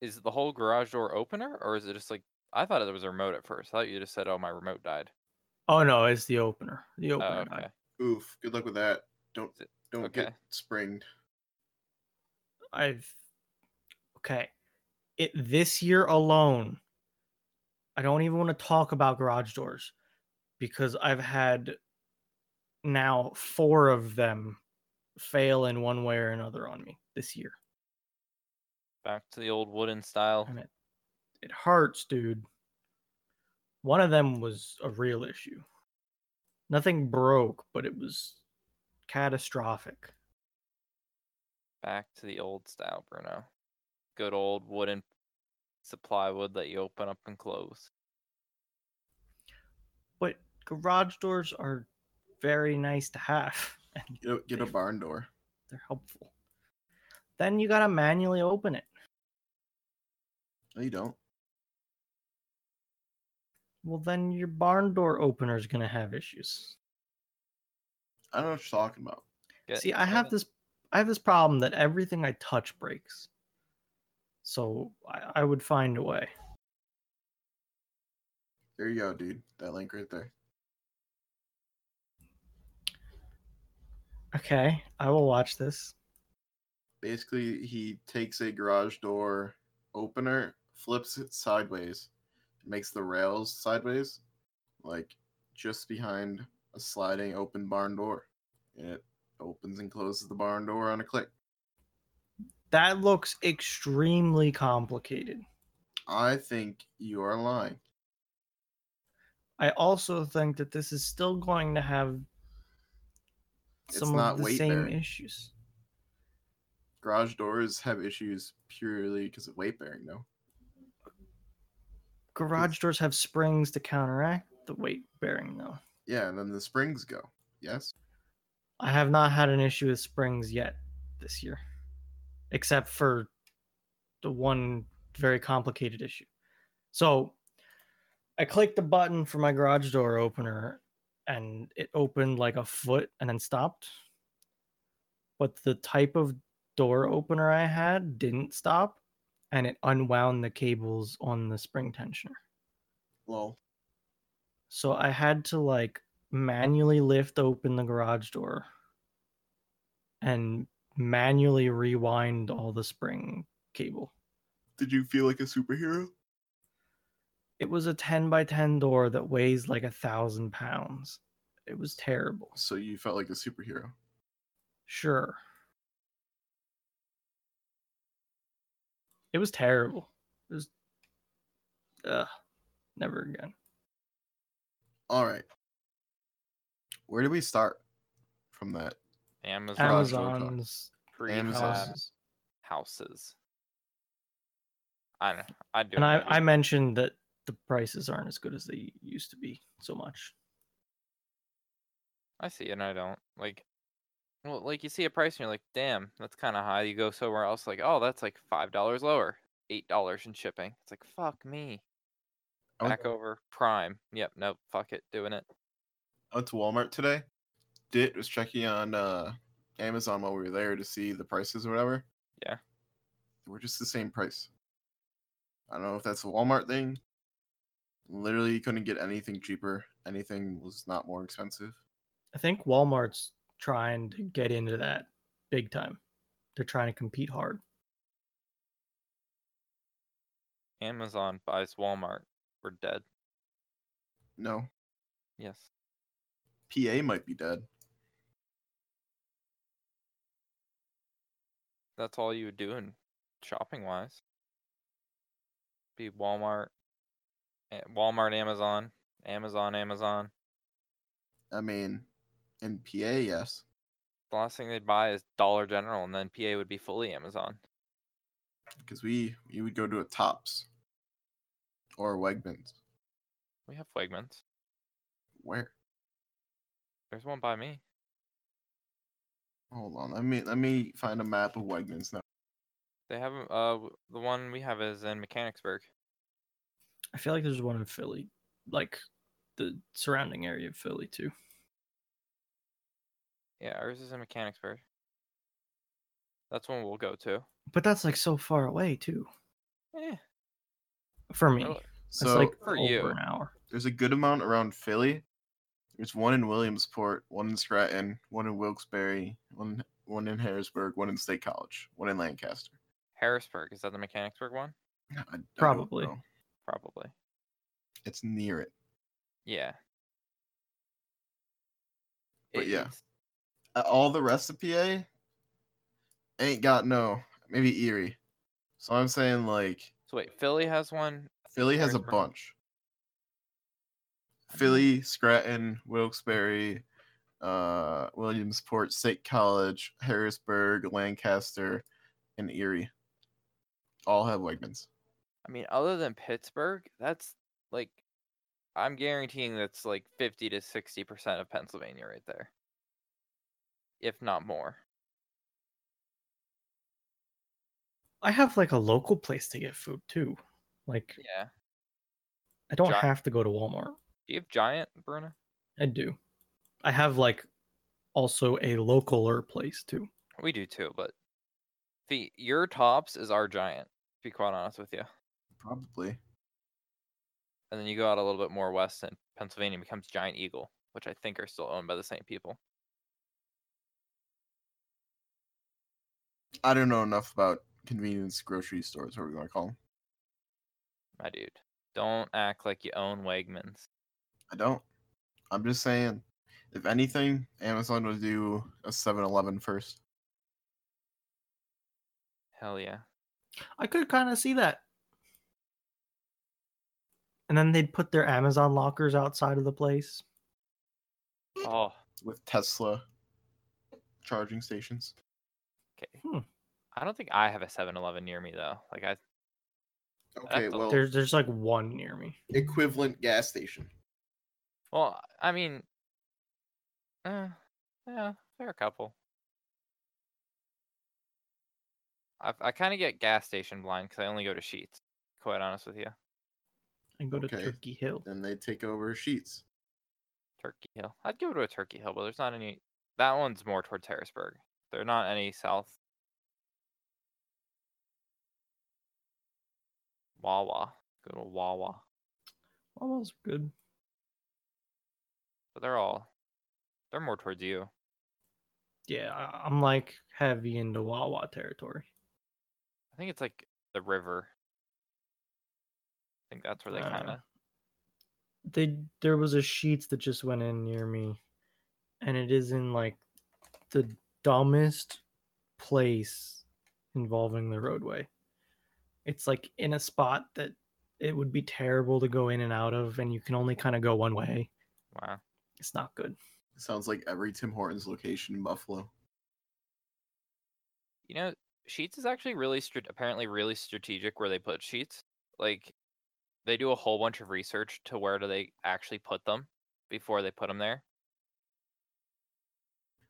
Speaker 1: is the whole garage door opener, or is it just like I thought it was a remote at first? I thought you just said, "Oh, my remote died."
Speaker 3: Oh no, it's the opener. The opener.
Speaker 1: Oh,
Speaker 3: died.
Speaker 1: okay.
Speaker 2: Oof. Good luck with that. Don't
Speaker 1: Is it-
Speaker 2: don't
Speaker 1: okay.
Speaker 2: get springed.
Speaker 3: I've okay. It this year alone, I don't even want to talk about garage doors because I've had now four of them fail in one way or another on me this year.
Speaker 1: Back to the old wooden style.
Speaker 3: and it it hurts, dude. One of them was a real issue. Nothing broke, but it was catastrophic.
Speaker 1: Back to the old style, Bruno. Good old wooden supply wood that you open up and close.
Speaker 3: But garage doors are very nice to have. and
Speaker 2: Get a, get a barn door.
Speaker 3: They're helpful. Then you gotta manually open it.
Speaker 2: No, you don't.
Speaker 3: Well, then your barn door opener is gonna have issues.
Speaker 2: I don't know what you're talking about.
Speaker 1: Get-
Speaker 3: See, I have this I have this problem that everything I touch breaks. So I, I would find a way.
Speaker 2: There you go, dude. That link right there.
Speaker 3: Okay, I will watch this.
Speaker 2: Basically, he takes a garage door opener, flips it sideways, makes the rails sideways, like just behind a sliding open barn door. And it opens and closes the barn door on a click.
Speaker 3: That looks extremely complicated.
Speaker 2: I think you are lying.
Speaker 3: I also think that this is still going to have
Speaker 2: It's
Speaker 3: some
Speaker 2: not
Speaker 3: of the
Speaker 2: weight
Speaker 3: same
Speaker 2: bearing.
Speaker 3: issues.
Speaker 2: Garage doors have issues purely because of weight bearing, no?
Speaker 3: Garage doors have springs to counteract the weight bearing, though.
Speaker 2: Yeah, and then the springs go. Yes?
Speaker 3: I have not had an issue with springs yet this year, except for the one very complicated issue. So I clicked the button for my garage door opener and it opened like a foot and then stopped. But the type of door opener I had didn't stop and it unwound the cables on the spring tensioner.
Speaker 2: Well,
Speaker 3: So I had to like manually lift open the garage door and manually rewind all the spring cable.
Speaker 2: did you feel like a superhero?
Speaker 3: It was a 10 by 10 door that weighs like a thousand pounds. It was terrible.
Speaker 2: So you felt like a superhero.
Speaker 3: Sure. It was terrible. It was. Ugh. Never again.
Speaker 2: All right. Where do we start from that?
Speaker 1: Amazon,
Speaker 2: Garage door talk.
Speaker 3: Amazon's
Speaker 1: prefab
Speaker 2: Amazon.
Speaker 3: houses.
Speaker 1: houses. I don't know. I'd do
Speaker 3: And
Speaker 1: it.
Speaker 3: I, I mentioned that the prices aren't as good as they used to be so much.
Speaker 1: I see, and I don't like. Well, like you see a price, and you're like, "Damn, that's kind of high." You go somewhere else, like, "Oh, that's like five dollars lower, eight dollars in shipping." It's like, "Fuck me."
Speaker 3: Oh,
Speaker 2: I went,
Speaker 1: Back over Prime. Yep. Nope. Fuck it. Doing it.
Speaker 2: I went to Walmart today. Dit was checking on uh, Amazon while we were there to see the prices or whatever.
Speaker 1: Yeah.
Speaker 2: They We're just the same price. I don't know if that's a Walmart thing. Literally, you couldn't get anything cheaper. Anything was not more expensive.
Speaker 3: I think Walmart's trying to get into that big time. They're trying to compete hard.
Speaker 1: Amazon buys Walmart. We're dead.
Speaker 2: No,
Speaker 1: Yes.
Speaker 2: PA might be dead.
Speaker 1: That's all you would do in shopping wise. Be Walmart, a- Walmart, Amazon, Amazon, Amazon.
Speaker 2: I mean, in PA, yes.
Speaker 1: The last thing they'd buy is Dollar General, and then PA would be fully Amazon.
Speaker 2: because we we would go to a Tops or a Wegmans.
Speaker 1: We have Wegmans.
Speaker 2: Where?
Speaker 1: There's one by me.
Speaker 2: Hold on. Let me let me find a map of Wegmans now.
Speaker 1: They have 'em- uh w- the one we have is in Mechanicsburg.
Speaker 3: I feel like there's one in Philly, like the surrounding area of Philly too.
Speaker 1: Yeah, ours is in Mechanicsburg. That's one we'll go to.
Speaker 3: But that's like so far away too
Speaker 1: Yeah.
Speaker 3: for me.
Speaker 1: really.
Speaker 3: It's
Speaker 2: So
Speaker 3: like
Speaker 1: Oh, For
Speaker 3: over
Speaker 1: you.
Speaker 3: an hour.
Speaker 2: there's a good amount around Philly. There's one in Williamsport, one in Stratton, one in Wilkes-Barre, one one in Harrisburg, one in State College, one in Lancaster.
Speaker 1: Harrisburg is that the Mechanicsburg one?
Speaker 2: I- I don't
Speaker 3: Probably.
Speaker 2: know.
Speaker 1: Probably.
Speaker 2: It's near it.
Speaker 1: Yeah.
Speaker 2: But yeah.
Speaker 1: It's-
Speaker 2: Uh, All the rest of PA ain't got no. Maybe Erie. So I'm saying like
Speaker 1: So wait, Philly has one.
Speaker 2: Philly has a
Speaker 1: Harrisburg.
Speaker 2: bunch. Philly, Scranton, Wilkes-Barre, uh, Williamsport, State College, Harrisburg, Lancaster, and Erie. All have Wegmans.
Speaker 1: I mean, other than Pittsburgh, that's like I'm guaranteeing that's like 50 to 60 percent of Pennsylvania right there, if not more.
Speaker 3: I have like a local place to get food too. Like
Speaker 1: Yeah.
Speaker 3: I don't
Speaker 1: Gi-
Speaker 3: have to go to Walmart.
Speaker 1: Do you have Giant, Bruno?
Speaker 3: I do. I have like also a localer place too.
Speaker 1: We do too, but the your tops is our Giant. To be quite honest with you,
Speaker 2: Probably.
Speaker 1: and then you go out a little bit more west, and Pennsylvania becomes Giant Eagle, which I think are still owned by the same people.
Speaker 2: I don't know enough about convenience grocery stores, whatever you want to call them.
Speaker 1: My dude, don't act like you own Wegmans.
Speaker 2: I don't. I'm just saying, if anything, Amazon would do a 7 Eleven first.
Speaker 1: Hell yeah.
Speaker 3: I could kind of see that. And then they'd put their Amazon lockers outside of the place.
Speaker 1: Oh,
Speaker 2: with Tesla charging stations.
Speaker 1: okay.
Speaker 3: Hmm.
Speaker 1: I don't think I have a 7-Eleven near me though. Like I
Speaker 2: Okay,
Speaker 1: That's a-
Speaker 2: well,
Speaker 3: There's there's like one near me.
Speaker 2: equivalent gas station.
Speaker 1: Well, I mean, eh, yeah, there are a couple. I I kind of get gas station blind because I only go to Sheets. Quite honest with you,
Speaker 3: I go to
Speaker 2: Okay.
Speaker 3: Turkey Hill.
Speaker 2: Then they take over Sheets.
Speaker 1: Turkey Hill. I'd give it to a Turkey Hill, but there's not any. That one's more towards Harrisburg. There are not any south. Wawa, go to Wawa,
Speaker 3: Oh, that's good.
Speaker 1: but they're all, they're more towards you.
Speaker 3: Yeah, I- I'm like heavy into Wawa territory.
Speaker 1: I think it's like the river. I think that's where they
Speaker 3: Uh,
Speaker 1: kind of.
Speaker 3: They there was a sheets that just went in near me, and it is in like the dumbest place involving the roadway. It's like in a spot that it would be terrible to go in and out of, and you can only kind of go one way.
Speaker 1: Wow.
Speaker 3: It's not good.
Speaker 2: Sounds like every Tim Hortons location in Buffalo.
Speaker 1: You know, Sheets is actually really strat- apparently really strategic where they put Sheets. Like, they do a whole bunch of research to where do they actually put them before they put them there.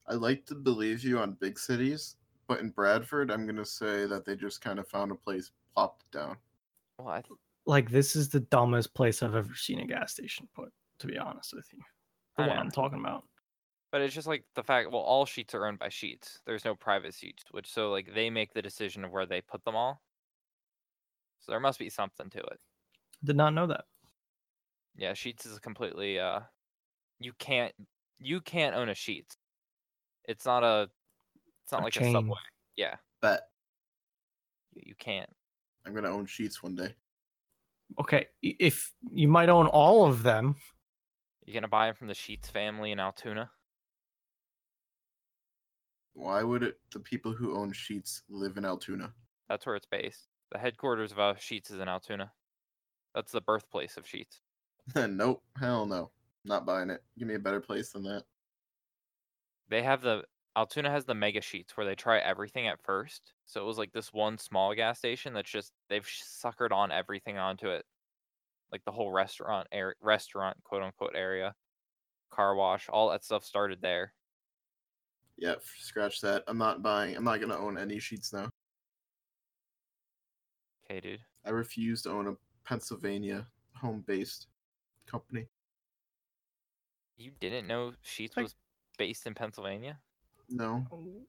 Speaker 2: I like to believe you on big cities, but in Bradford, I'm gonna say that they just kind of found a place, plopped it down.
Speaker 1: Well, I th-
Speaker 3: Like this is the dumbest place I've ever seen a gas station put. To be honest with you, the
Speaker 1: I
Speaker 3: one
Speaker 1: know.
Speaker 3: I'm talking about.
Speaker 1: but it's just like the fact. Well, all sheets are owned by Sheets. There's no private sheets, which so like they make the decision of where they put them all. So there must be something to it.
Speaker 3: Did not know that.
Speaker 1: Yeah, Sheets is completely. uh You can't. You can't own a Sheets. It's not a. It's not
Speaker 3: A
Speaker 1: like a
Speaker 3: chain.
Speaker 1: subway. Yeah,
Speaker 2: Bet
Speaker 1: you you can't.
Speaker 2: I'm gonna own Sheets one day.
Speaker 3: Okay, i- if you might own all of them,
Speaker 1: You gonna buy him from the Sheets family in Altoona?
Speaker 2: Why would it, the people who own Sheets live in Altoona?
Speaker 1: That's where it's based. The headquarters of uh, Sheets is in Altoona. That's the birthplace of Sheets.
Speaker 2: nope, hell no, not buying it. Give me a better place than that.
Speaker 1: They have the Altoona has the mega sheets where they try everything at first. So it was like this one small gas station that's just they've sh- suckered on everything onto it, like the whole restaurant area, restaurant quote unquote area, car wash, all that stuff started there.
Speaker 2: Yeah, scratch that. I'm not buying. I'm not gonna own any Sheets now.
Speaker 1: Okay, dude.
Speaker 2: I refuse to own a Pennsylvania home based company.
Speaker 1: You didn't know Sheets
Speaker 3: Like-
Speaker 1: was based in Pennsylvania?
Speaker 2: No.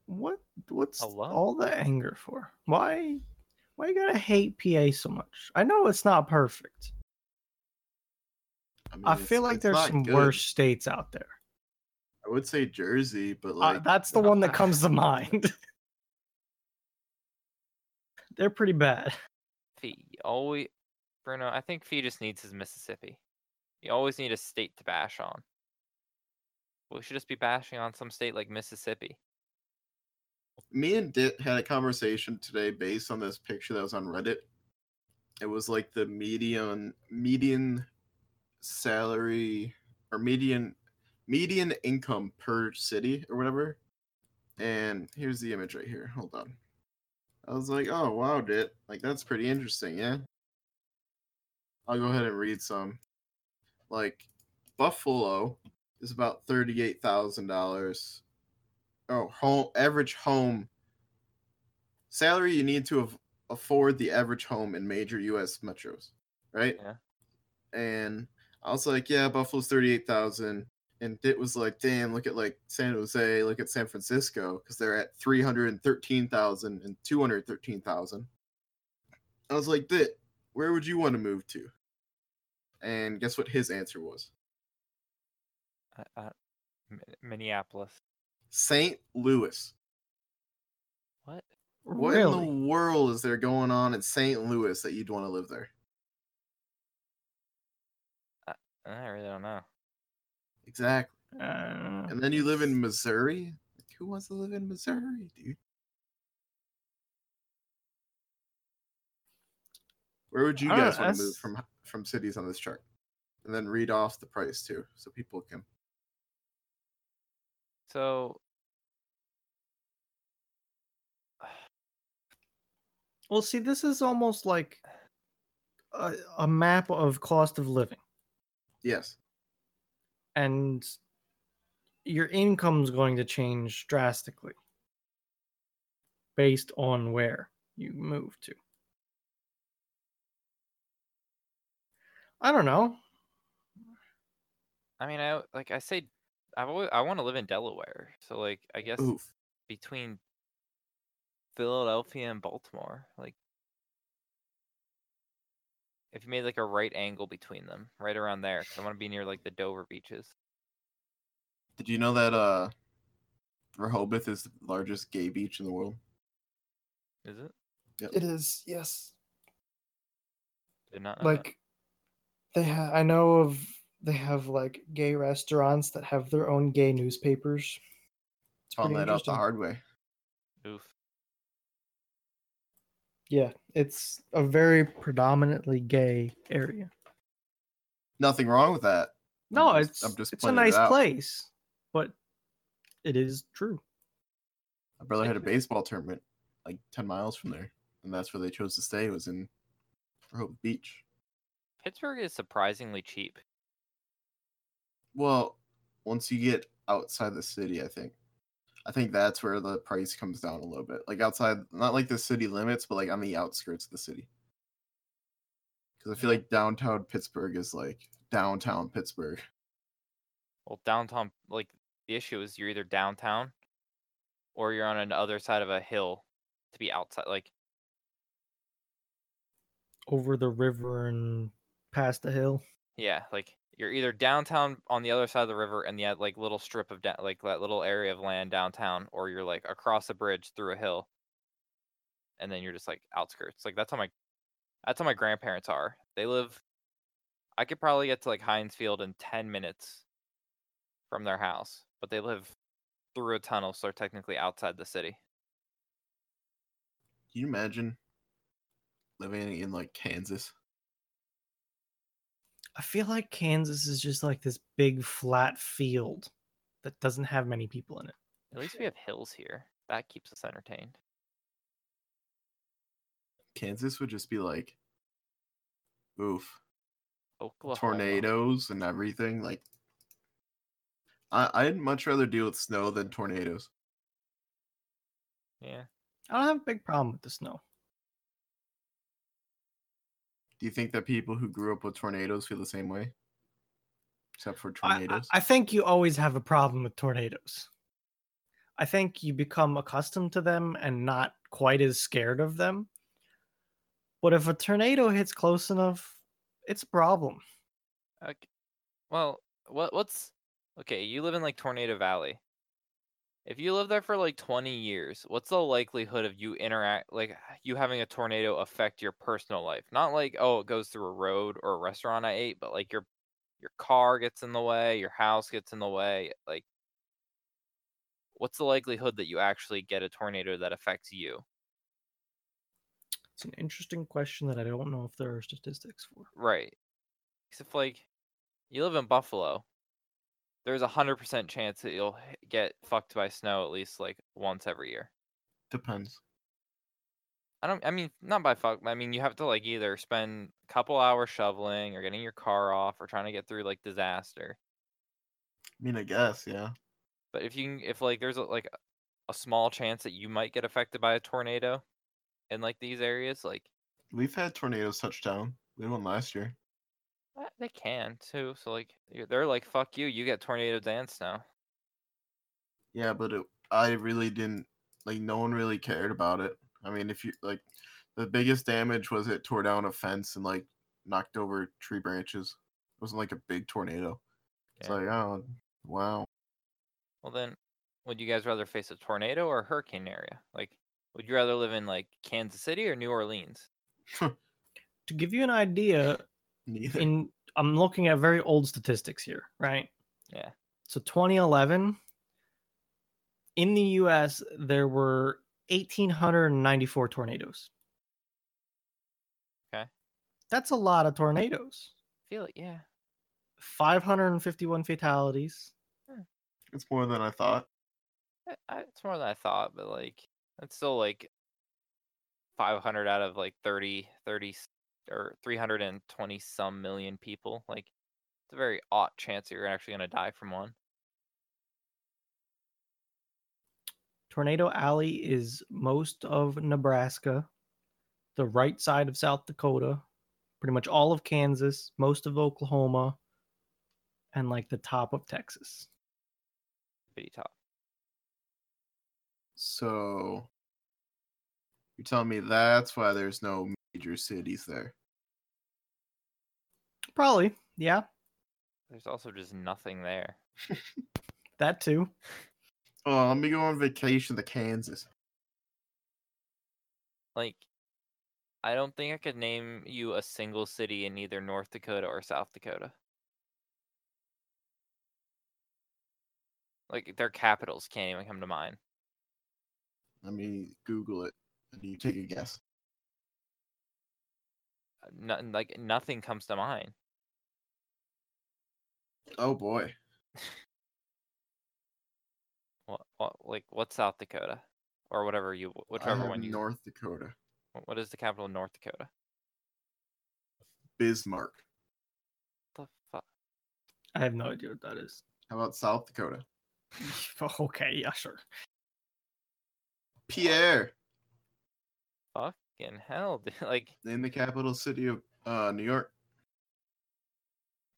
Speaker 3: what what's
Speaker 1: Hello?
Speaker 3: all the anger for? Why why you gotta hate PA so much? I know it's not perfect.
Speaker 2: mean,
Speaker 3: I
Speaker 2: it's-
Speaker 3: feel like
Speaker 2: it's
Speaker 3: there's
Speaker 2: not
Speaker 3: some
Speaker 2: good.
Speaker 3: worse states out there.
Speaker 2: I would say Jersey, but
Speaker 3: Uh,
Speaker 2: like
Speaker 3: that's the one that comes to mind. They're pretty bad.
Speaker 1: Fee always, Bruno. I think Fee just needs his Mississippi. You always need a state to bash on. We should just be bashing on some state like Mississippi.
Speaker 2: me and Dit had a conversation today based on this picture that was on Reddit. It was like the median median salary or median median income per city or whatever. And here's the image right here. Hold on. I was like, oh wow, dude. Like that's pretty interesting, yeah. I'll go ahead and read some. Like Buffalo is about thirty-eight thousand dollars. Oh, home average home salary you need to av- afford the average home in major U.S. metros, right?
Speaker 1: Yeah.
Speaker 2: And I was like, yeah, Buffalo's thirty-eight thousand, and it was like, damn, look at like San Jose, look at San Francisco, because they're at three hundred and thirteen thousand and two hundred thirteen thousand. I was like, "Dit, where would you want to move to? And guess what his answer was?
Speaker 1: Uh, uh, Mi- Minneapolis.
Speaker 2: St. Louis.
Speaker 1: What?
Speaker 2: What
Speaker 3: really?
Speaker 2: in the world is there going on in St. Louis that you'd want to live there?
Speaker 1: I really don't know.
Speaker 2: Exactly.
Speaker 3: Uh,
Speaker 2: And then you live in Missouri? Like, who wants to live in Missouri, dude? Where would you
Speaker 3: I don't
Speaker 2: guys
Speaker 3: know,
Speaker 2: want to move
Speaker 3: that's-
Speaker 2: from from cities on this chart? And then read off the price too, so people can.
Speaker 1: So
Speaker 3: well, see, this is almost like a, a map of cost of living,
Speaker 2: Yes,
Speaker 3: and your income's going to change drastically based on where you move to. I don't know.
Speaker 1: I mean, I like I say, I've always, I want to live in Delaware. So like I guess
Speaker 2: oof,
Speaker 1: between Philadelphia and Baltimore, like if you made like a right angle between them, right around there, 'cause I want to be near like the Dover beaches.
Speaker 2: Did you know that uh Rehoboth is the largest gay beach in the world?
Speaker 1: Is it?
Speaker 2: It
Speaker 3: is, yes.
Speaker 1: Did not know that.
Speaker 3: like they ha- i know of they have like gay restaurants that have their own gay newspapers it's
Speaker 2: Found
Speaker 3: pretty
Speaker 2: that out the
Speaker 3: interesting.
Speaker 2: hard way.
Speaker 1: Oof.
Speaker 3: yeah it's a very predominantly gay area
Speaker 2: Nothing wrong with that.
Speaker 3: no
Speaker 2: I'm
Speaker 3: it's
Speaker 2: just- I'm just
Speaker 3: it's a
Speaker 2: pointing it
Speaker 3: nice
Speaker 2: out.
Speaker 3: place but it is true
Speaker 2: My brother had a
Speaker 1: Thank you.
Speaker 2: baseball tournament like ten miles from there, and that's where they chose to stay. Was in Rehoboth Beach.
Speaker 1: Pittsburgh is surprisingly cheap.
Speaker 2: Well, once you get outside the city, I think, I think that's where the price comes down a little bit. Like outside, not like the city limits, but like on the outskirts of the city. Because I feel like downtown Pittsburgh is like downtown Pittsburgh.
Speaker 1: Well, downtown, like the issue is you're either downtown or you're on the other side of a hill to be outside. Like
Speaker 3: over the river and past the hill
Speaker 1: Yeah, like you're either downtown on the other side of the river and the uh, like little strip of da- like that little area of land downtown, or you're like across a bridge through a hill, and then you're just like outskirts. Like that's how my that's how my grandparents are. They live. I could probably get to like Heinz Field in ten minutes from their house, but they live through a tunnel, so they're technically outside the city.
Speaker 2: Can you imagine living in like Kansas?
Speaker 3: i feel like kansas is just like this big flat field that doesn't have many people in it
Speaker 1: At least we have hills here. That keeps us entertained.
Speaker 2: Kansas would just be like, oof,
Speaker 1: Oklahoma.
Speaker 2: tornadoes and everything. Like, I I'd much rather deal with snow than tornadoes.
Speaker 1: Yeah.
Speaker 3: i don't have a big problem with the snow
Speaker 2: Do you think that people who grew up with tornadoes feel the same way? Except for
Speaker 3: I- I-
Speaker 2: tornadoes.
Speaker 3: I, think you always have a problem with tornadoes. I think you become accustomed to them and not quite as scared of them. But if a tornado hits close enough, it's a problem.
Speaker 1: Okay. Well, what what's okay? You live in like Tornado Valley. If you live there for like 20 years, what's the likelihood of you interact like you having a tornado affect your personal life? Not like oh, it goes through a road or a restaurant I ate, but like your your car gets in the way, your house gets in the way, like what's the likelihood that you actually get a tornado that affects you?
Speaker 3: It's an interesting question that I don't know if there are statistics for.
Speaker 1: Right. Except like you live in Buffalo. there's a hundred percent chance that you'll h- get fucked by snow at least like once every year.
Speaker 2: Depends.
Speaker 1: I don't. I mean, not by fuck. I mean, you have to like either spend a couple hours shoveling or getting your car off or trying to get through like disaster.
Speaker 2: I mean, I guess, yeah.
Speaker 1: But if you can, if like there's a, like a small chance that you might get affected by a tornado, in like these areas, like
Speaker 2: We've had tornadoes touch down. We had one last year.
Speaker 1: eh, they can too. So like you're- they're like fuck you. You get tornadoes and snow.
Speaker 2: Yeah, but it, I really didn't like. No one really cared about it. I mean, if you like, the biggest damage was it tore down a fence and like knocked over tree branches. It wasn't like a big tornado. It's
Speaker 1: Yeah.
Speaker 2: like, oh wow.
Speaker 1: Well then, would you guys rather face a tornado or a hurricane area? Like, would you rather live in like Kansas City or New Orleans?
Speaker 3: To give you an idea,
Speaker 2: Neither.
Speaker 3: in I'm looking at very old statistics here, right?
Speaker 1: Yeah.
Speaker 3: So 2011 in the US there were 1894 tornadoes.
Speaker 1: Okay.
Speaker 3: That's a lot of tornadoes.
Speaker 1: I feel it, yeah.
Speaker 3: 551 fatalities.
Speaker 2: it's more than I thought.
Speaker 1: I- I, it's more than I thought, but like that's still like 500 out of like 30, 30 s- or 320 some million people. Like it's a very odd chance that you're actually gonna die from one.
Speaker 3: Tornado Alley is most of Nebraska, the right side of South Dakota, pretty much all of Kansas, most of Oklahoma, and like the top of Texas.
Speaker 1: Pretty tough.
Speaker 2: So you're telling me that's why there's no major cities there.
Speaker 3: Probably. Yeah,
Speaker 1: There's also just nothing there.
Speaker 3: that too.
Speaker 2: Oh, let me go on vacation to Kansas.
Speaker 1: Like I don't think I could name you a single city in either North Dakota or South Dakota. Like their capitals can't even come to mind.
Speaker 2: Let me Google it. And you take a guess.
Speaker 1: No, Uh, like nothing comes to mind.
Speaker 2: Oh boy.
Speaker 1: What, what like what's South Dakota or whatever you wh-
Speaker 2: I
Speaker 1: whichever
Speaker 2: have
Speaker 1: one you
Speaker 2: North Dakota.
Speaker 1: wh- what is the capital of North Dakota?
Speaker 2: Bismarck.
Speaker 1: The fuck?
Speaker 3: I have no idea what that is.
Speaker 2: How about South Dakota?
Speaker 3: okay, yeah, sure.
Speaker 2: Pierre.
Speaker 1: Fucking hell, dude. like
Speaker 2: in the capital city of uh, New York.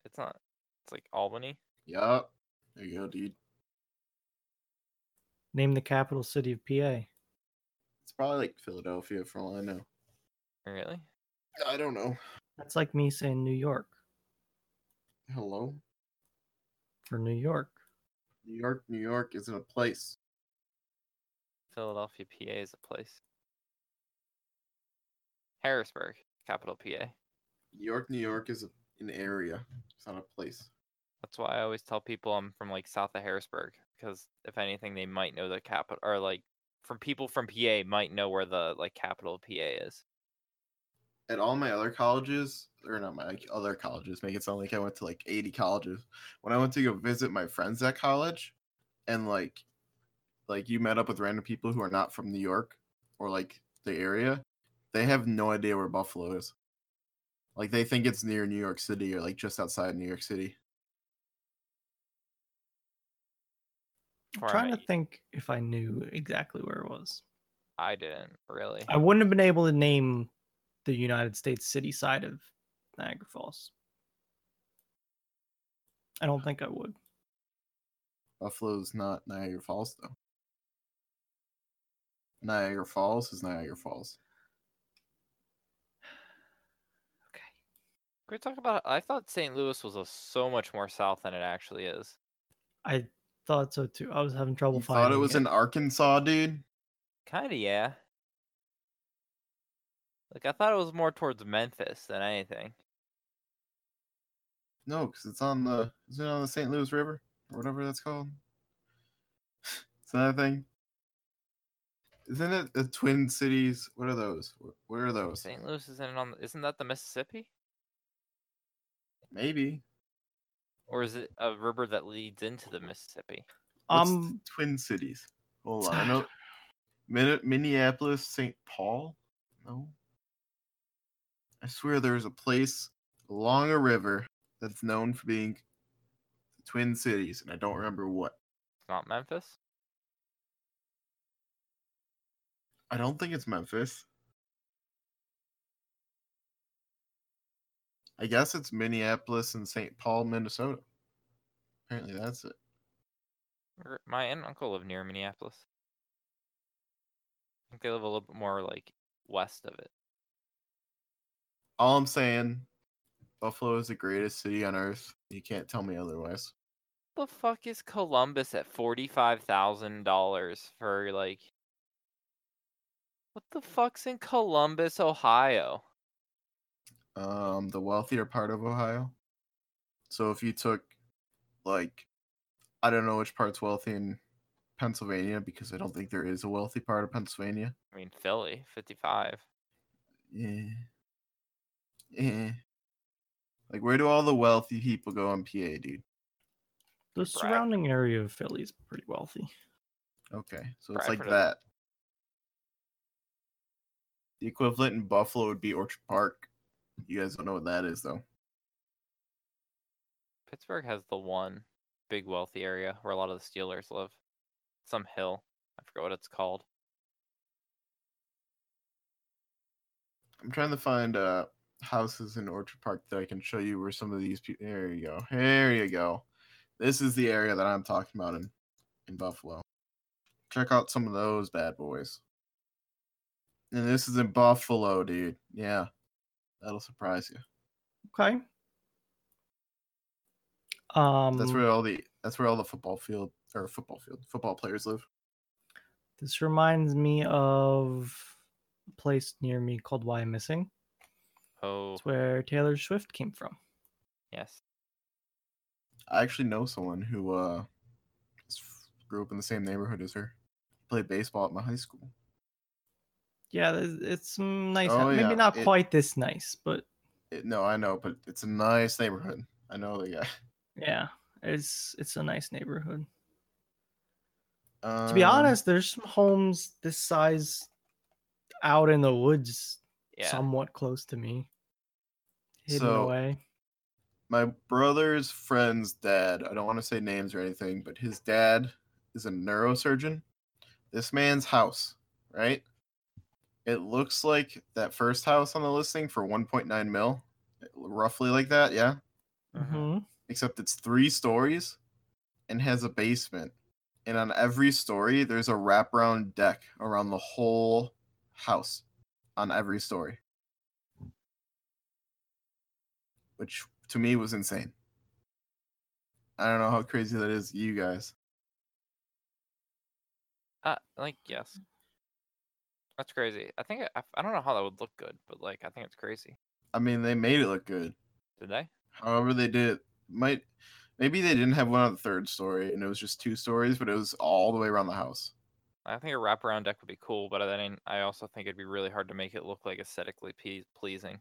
Speaker 1: it's not. It's like Albany.
Speaker 2: Yup. There you go, dude.
Speaker 3: Name the capital city of PA.
Speaker 2: It's probably like Philadelphia for all I know.
Speaker 1: Really?
Speaker 2: I don't know.
Speaker 3: That's like me saying New York
Speaker 2: Hello?
Speaker 3: for New York.
Speaker 2: New York, New York isn't a place.
Speaker 1: Philadelphia, PA is a place. Harrisburg, capital PA.
Speaker 2: New York, New York is a, an area. It's not a place.
Speaker 1: That's why I always tell people I'm from like south of Harrisburg because if anything, they might know the capital or like from people from PA might know where the like capital of PA is.
Speaker 2: At all my other colleges, or not my like, other colleges, make it sound like I went to like 80 colleges. When I went to go visit my friends at college, and like, like you met up with random people who are not from New York or like the area, they have no idea where Buffalo is. Like they think it's near New York City or like just outside New York City.
Speaker 1: Or
Speaker 3: I'm
Speaker 1: I
Speaker 3: trying to
Speaker 1: might-
Speaker 3: think if I knew exactly where it was.
Speaker 1: I didn't really.
Speaker 3: I wouldn't have been able to name the United States city side of Niagara Falls. I don't think I would.
Speaker 2: Buffalo's not Niagara Falls though. Niagara Falls is Niagara Falls.
Speaker 3: Okay.
Speaker 1: Can we talk about? I thought St. Louis was a, so much more south than it actually is.
Speaker 3: I thought so too. I was having trouble
Speaker 2: You
Speaker 3: finding Um,
Speaker 2: thought it was in Arkansas, dude.
Speaker 1: Kind of, yeah. Like I thought it was more towards Memphis than anything.
Speaker 2: No, because it's on the is it on the St. Louis River or whatever that's called. it's another thing. Isn't it the Twin Cities? What are those? Wh- Where are those?
Speaker 1: St. Louis isn't on. Isn't that the Mississippi?
Speaker 2: Maybe.
Speaker 1: or is it a river that leads into the Mississippi?
Speaker 2: What's the
Speaker 3: Um,
Speaker 2: Twin cities. Hold on. I know. Min- Minneapolis, St. Paul? No. I swear there's a place along a river that's known for being the Twin Cities, and I don't remember what.
Speaker 1: It's not Memphis.
Speaker 2: I don't think it's Memphis. I guess it's Minneapolis and St. Paul, Minnesota. Apparently that's it.
Speaker 1: R- My aunt and uncle live near Minneapolis. I think they live a little bit more like west of it.
Speaker 2: All I'm saying, Buffalo is the greatest city on earth. You can't tell me otherwise.
Speaker 1: the fuck is Columbus at forty five thousand dollars for like? What the fuck's in Columbus, Ohio?
Speaker 2: um the wealthier part of Ohio. So if you took like I don't know which part's wealthy in Pennsylvania because I don't think there is a wealthy part of Pennsylvania.
Speaker 1: I mean, Philly, fifty five.
Speaker 2: Eh. Eh. Like where do all the wealthy people go in PA, dude?
Speaker 3: the
Speaker 1: Brad-
Speaker 3: surrounding area of Philly is pretty wealthy.
Speaker 2: Okay. So it's like
Speaker 1: Bradford.
Speaker 2: that. The equivalent in Buffalo would be Orchard Park. You guys don't know what that is though.
Speaker 1: Pittsburgh has the one big wealthy area where a lot of the Steelers live. Some hill. I forget what it's called.
Speaker 2: I'm trying to find uh houses in Orchard Park that I can show you where some of these people. There you go. There you go. This is the area that I'm talking about in in Buffalo. Check out some of those bad boys. And this is in Buffalo, dude. Yeah, that'll surprise you.
Speaker 3: Okay. Um,
Speaker 2: That's where all the that's where all the football field or football field football players live.
Speaker 3: This reminds me of a place near me called Why I'm Missing.
Speaker 1: Oh
Speaker 3: It's where Taylor Swift came from.
Speaker 1: yes.
Speaker 2: I actually know someone who uh is- grew up in the same neighborhood as her. Played baseball at my high school.
Speaker 3: Yeah, th- it's some nice.
Speaker 2: Oh,
Speaker 3: Maybe
Speaker 2: yeah,
Speaker 3: not
Speaker 2: it-
Speaker 3: quite this nice, but
Speaker 2: It, no, I know, but it's a nice neighborhood. I know the guy.
Speaker 3: yeah, it's it's a nice neighborhood.
Speaker 2: Um,
Speaker 3: to be honest, there's some homes this size out in the woods,
Speaker 1: Yeah.
Speaker 3: somewhat close to me, hidden
Speaker 2: So-
Speaker 3: away.
Speaker 2: my brother's friend's dad, I don't want to say names or anything, but his dad is a neurosurgeon. This man's house, right? It looks like that first house on the listing for 1.9 mil, roughly like that, yeah?
Speaker 3: hmm
Speaker 2: Except it's three stories and has a basement. And on every story, there's a wraparound deck around the whole house on every story. Which to me was insane. I don't know how crazy that is, to you guys.
Speaker 1: Uh, like yes. That's crazy. I think I, I don't know how that would look good, but like I think it's crazy.
Speaker 2: I mean, they made it look good.
Speaker 1: Did they?
Speaker 2: However, they did it might maybe they didn't have one on the third story and it was just two stories, but it was all the way around the house.
Speaker 1: I think a wraparound deck would be cool, but then I also think it'd be really hard to make it look like aesthetically pe- pleasing.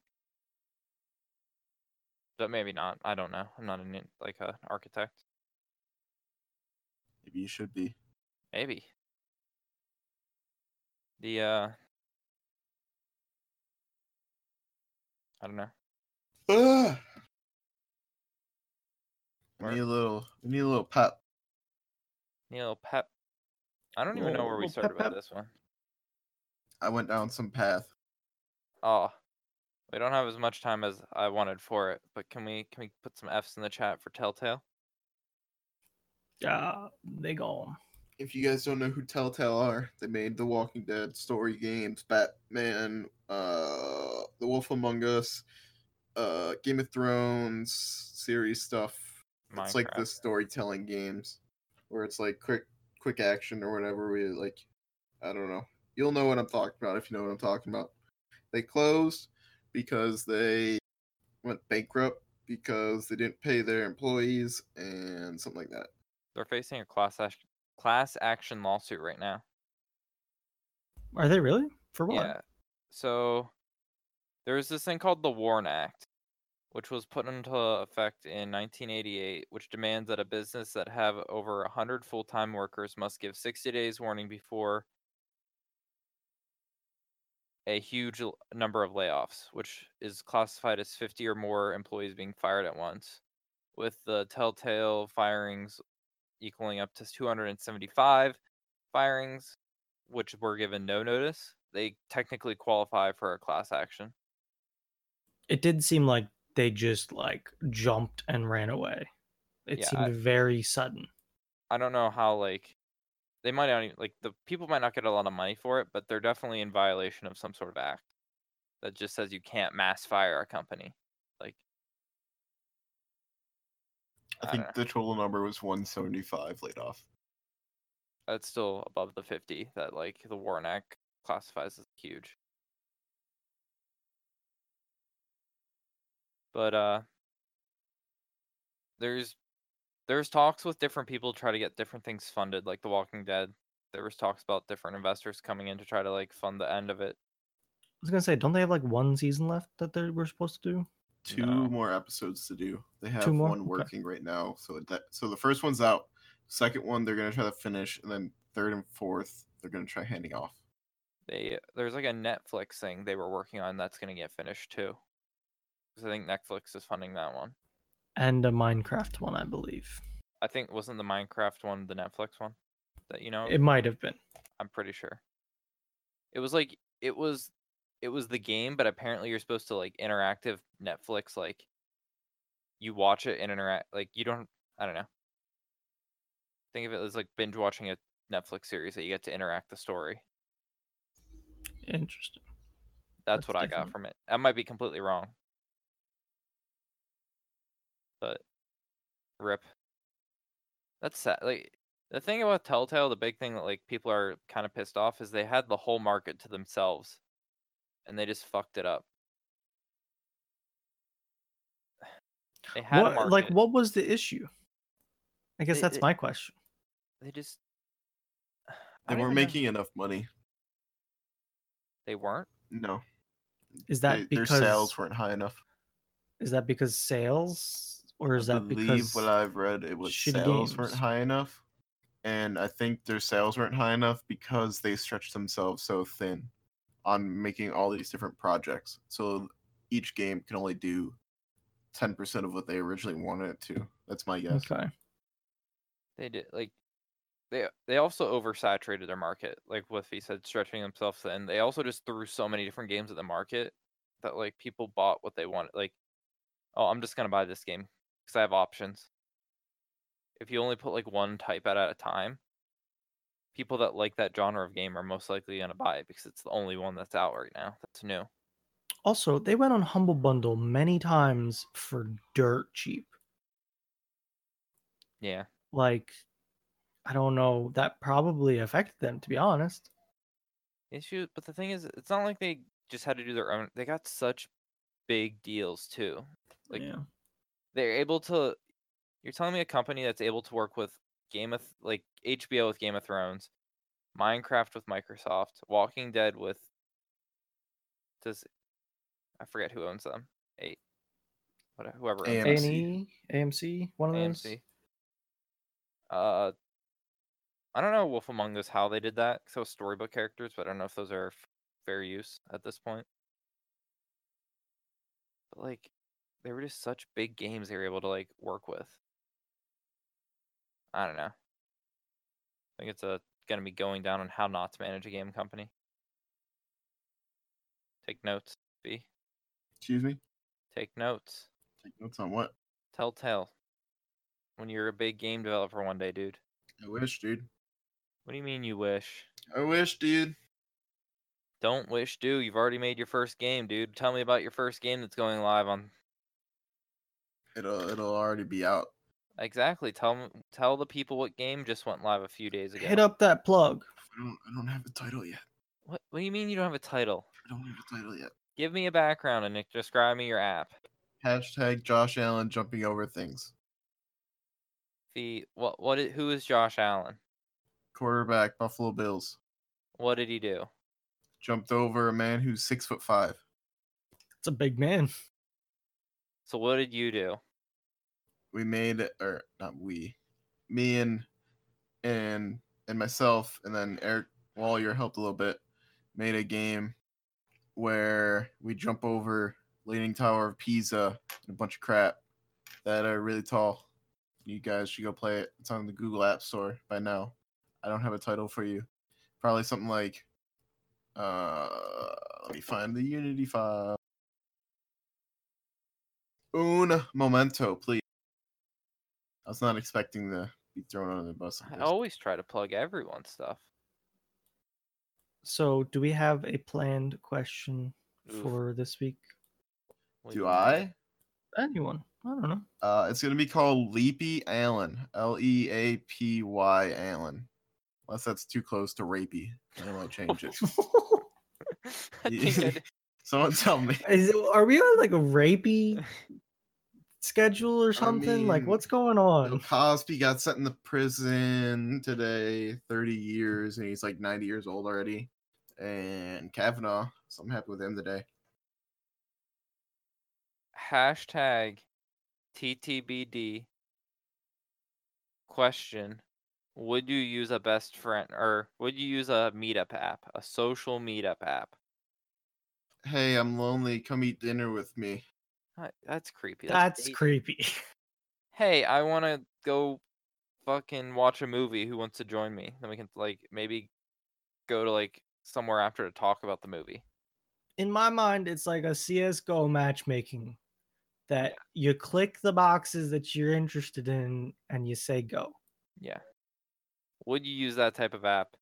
Speaker 1: But maybe not. I don't know. I'm not an in- like an architect.
Speaker 2: Maybe you should be.
Speaker 1: Maybe. The uh, I don't know.
Speaker 2: Ah. We
Speaker 1: Or-
Speaker 2: need a little. We need a little pep.
Speaker 1: Need a little pep. I don't even know
Speaker 3: Little-
Speaker 1: where we
Speaker 3: little
Speaker 1: started
Speaker 3: pep,
Speaker 1: with
Speaker 3: pep.
Speaker 1: this one.
Speaker 2: I went down some path.
Speaker 1: Oh, we don't have as much time as I wanted for it. But can we can we put some Fs in the chat for Telltale?
Speaker 3: Yeah, they go.
Speaker 2: If you guys don't know who Telltale are, they made the Walking Dead story games, Batman, uh, The Wolf Among Us, uh, Game of Thrones series stuff. It's like the
Speaker 1: Minecraft.
Speaker 2: storytelling games, where it's like quick, quick action or whatever. We like, I don't know. You'll know what I'm talking about if you know what I'm talking about. They closed because they went bankrupt because they didn't pay their employees and something like that.
Speaker 1: They're facing a class action class action lawsuit right now.
Speaker 3: Are they really? For what?
Speaker 1: Yeah. So there's this thing called the Warren Act, which was put into effect in 1988, which demands that a business that have over 100 full-time workers must give 60 days warning before a huge l- number of layoffs, which is classified as 50 or more employees being fired at once, with the telltale firings equaling up to 275 firings, which were given no notice. They technically qualify for a class action.
Speaker 3: It did seem like they just like jumped and ran away. It
Speaker 1: Yeah,
Speaker 3: seemed
Speaker 1: I-
Speaker 3: very sudden.
Speaker 1: I don't know how like they might not even, like the people might not get a lot of money for it, but they're definitely in violation of some sort of act that just says you can't mass fire a company. Like
Speaker 2: I
Speaker 1: I
Speaker 2: think
Speaker 3: Uh.
Speaker 1: dunno.
Speaker 2: the total number was 175 laid off.
Speaker 1: that's still above the 50 that like the Warren Act classifies as huge. But uh there's there's talks with different people to try to get different things funded like The Walking Dead. There was talks about different investors coming in to try to like fund the end of it.
Speaker 3: I was gonna say, don't they have like one season left that they were supposed to do?
Speaker 2: Two
Speaker 1: No.
Speaker 2: more episodes to do. They have
Speaker 3: Two more?
Speaker 2: one
Speaker 3: Okay.
Speaker 2: working right now. So that so the first one's out. Second one they're gonna try to finish, and then third and fourth they're gonna try handing off.
Speaker 1: They there's like a Netflix thing they were working on that's gonna get finished too. Because I think Netflix is funding that one.
Speaker 3: And a Minecraft one, I believe.
Speaker 1: I think wasn't the Minecraft one the Netflix one that you know? of?
Speaker 3: It might have been.
Speaker 1: I'm pretty sure. It was like it was it was the game, but apparently you're supposed to like interactive Netflix like you watch it and interact like you don't I don't know. Think of it as like binge watching a Netflix series that you get to interact the story.
Speaker 3: Interesting.
Speaker 1: That's,
Speaker 3: That's
Speaker 1: what I got
Speaker 3: different.
Speaker 1: from it. I might be completely wrong. But rip. That's sad. Like the thing about Telltale, the big thing that like people are kind of pissed off is they had the whole market to themselves and they just fucked it up. They had a
Speaker 3: What,
Speaker 1: market.
Speaker 3: like, what was the issue? I guess
Speaker 1: It-
Speaker 3: that's
Speaker 1: it-
Speaker 3: my question.
Speaker 1: They just I
Speaker 2: They
Speaker 1: don't
Speaker 2: weren't
Speaker 1: even know.
Speaker 2: making enough money.
Speaker 1: They weren't.
Speaker 2: No,
Speaker 3: Is that
Speaker 2: they-
Speaker 3: because
Speaker 2: their sales weren't high enough.
Speaker 3: is that because sales, or is
Speaker 2: I
Speaker 3: that because
Speaker 2: what I've read it was
Speaker 3: shitty
Speaker 2: sales weren't
Speaker 3: games?
Speaker 2: high enough, and I think their sales weren't high enough because they stretched themselves so thin on making all these different projects. So each game can only do ten percent of what they originally wanted it to. That's my guess.
Speaker 3: okay?
Speaker 1: They did like they they also oversaturated their market, like Wifey said, stretching themselves thin. They also just threw so many different games at the market that like people bought what they wanted. Like, oh, I'm just gonna buy this game because I have options. If you only put like one type out at a time, people that like that genre of game are most likely gonna buy it because it's the only one that's out right now that's new.
Speaker 3: Also, they went on Humble Bundle many times for dirt cheap.
Speaker 1: Yeah,
Speaker 3: Like, I don't know. That probably affected them, to be honest.
Speaker 1: issue. But the thing is, it's not like they just had to do their own. They got such big deals too. Like
Speaker 3: yeah.
Speaker 1: they're able to you're telling me a company that's able to work with game of like hbo with game of thrones minecraft with microsoft walking dead with does i forget who owns them eight what, whoever owns
Speaker 2: AMC.
Speaker 3: E, A&E, AMC, one of those.
Speaker 1: AMC. Uh, I don't know Wolf Among Us how they did that. So storybook characters, but I don't know if those are f- fair use at this point. But like, they were just such big games they were able to like work with. I don't know. I think it's a gonna be going down on how not to manage a game company. Take notes, B.
Speaker 2: Excuse me.
Speaker 1: Take notes.
Speaker 2: Take notes on what?
Speaker 1: Telltale. When you're a big game developer one day, dude.
Speaker 2: I wish, dude.
Speaker 1: What do you mean you wish?
Speaker 2: I wish, dude.
Speaker 1: Don't wish, do. You've already made your first game, dude. Tell me about your first game that's going live on.
Speaker 2: It'll it'll already be out.
Speaker 1: Exactly. Tell 'em- tell the people what game just went live a few days ago.
Speaker 3: Hit up that plug.
Speaker 2: I don't I don't have a title yet.
Speaker 1: What What do you mean you don't have a title?
Speaker 2: I don't have a title yet.
Speaker 1: Give me a background and describe me your app.
Speaker 2: Hashtag Josh Allen jumping over things.
Speaker 1: The what what i- who is Josh Allen?
Speaker 2: Quarterback Buffalo Bills.
Speaker 1: What did he do?
Speaker 2: jumped over a man who's six foot five.
Speaker 3: It's a big man.
Speaker 1: So what did you do?
Speaker 2: we made or not we me and and and myself and then eric Wallier helped a little bit made a game where we jump over leaning tower of pisa and a bunch of crap that are really tall you guys should go play it it's on the google app store by now i don't have a title for you probably something like uh let me find the unity file un momento please I was not expecting to be thrown under the bus. like
Speaker 1: I
Speaker 2: this.
Speaker 1: always try to plug everyone's stuff.
Speaker 3: So, do we have a planned question
Speaker 1: Oof.
Speaker 3: for this week?
Speaker 1: What
Speaker 2: Do
Speaker 1: you
Speaker 2: I?
Speaker 3: Anyone? I don't know.
Speaker 2: Uh, it's gonna be called Leapy Allen. L E A P Y Allen. Unless that's too close to rapey, then I might change it.
Speaker 1: I think I did.
Speaker 2: Someone tell me.
Speaker 3: Is it, are we on like a rapey schedule or something? like,
Speaker 2: mean,
Speaker 3: what's going
Speaker 2: Bill
Speaker 3: on?
Speaker 2: Cosby got sent into prison today, 30 years, and he's like 90 years old already. And Kavanaugh, something happened with him today.
Speaker 1: hashtag TTBD question Would you use a best friend or would you use a meetup app, a social meetup app?
Speaker 2: Hey, I'm lonely. Come eat dinner with me.
Speaker 1: Uh, That's creepy.
Speaker 3: That's
Speaker 1: creepy.
Speaker 3: creepy.
Speaker 1: hey, I want to go fucking watch a movie. Who wants to join me? Then we can like maybe go to like somewhere after to talk about the movie.
Speaker 3: In my mind, it's like a CSGO matchmaking that you click the boxes that you're interested in and you say go.
Speaker 1: Yeah. Would you use that type of app?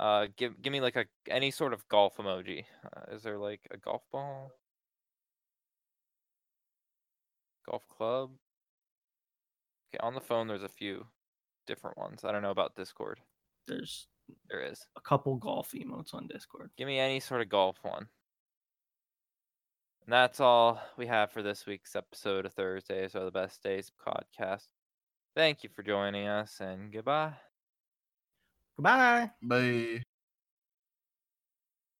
Speaker 1: Uh, give give me like a any sort of golf emoji. Uh, is there like a golf ball, golf club? Okay, on the phone there's a few different ones. I don't know about Discord.
Speaker 3: There's
Speaker 1: There is.
Speaker 3: a couple golf emotes on Discord.
Speaker 1: Give me any sort of golf one. And that's all we have for this week's episode of Thursdays Are the Best Days podcast. Thank you for joining us and goodbye.
Speaker 3: Goodbye.
Speaker 2: Bye.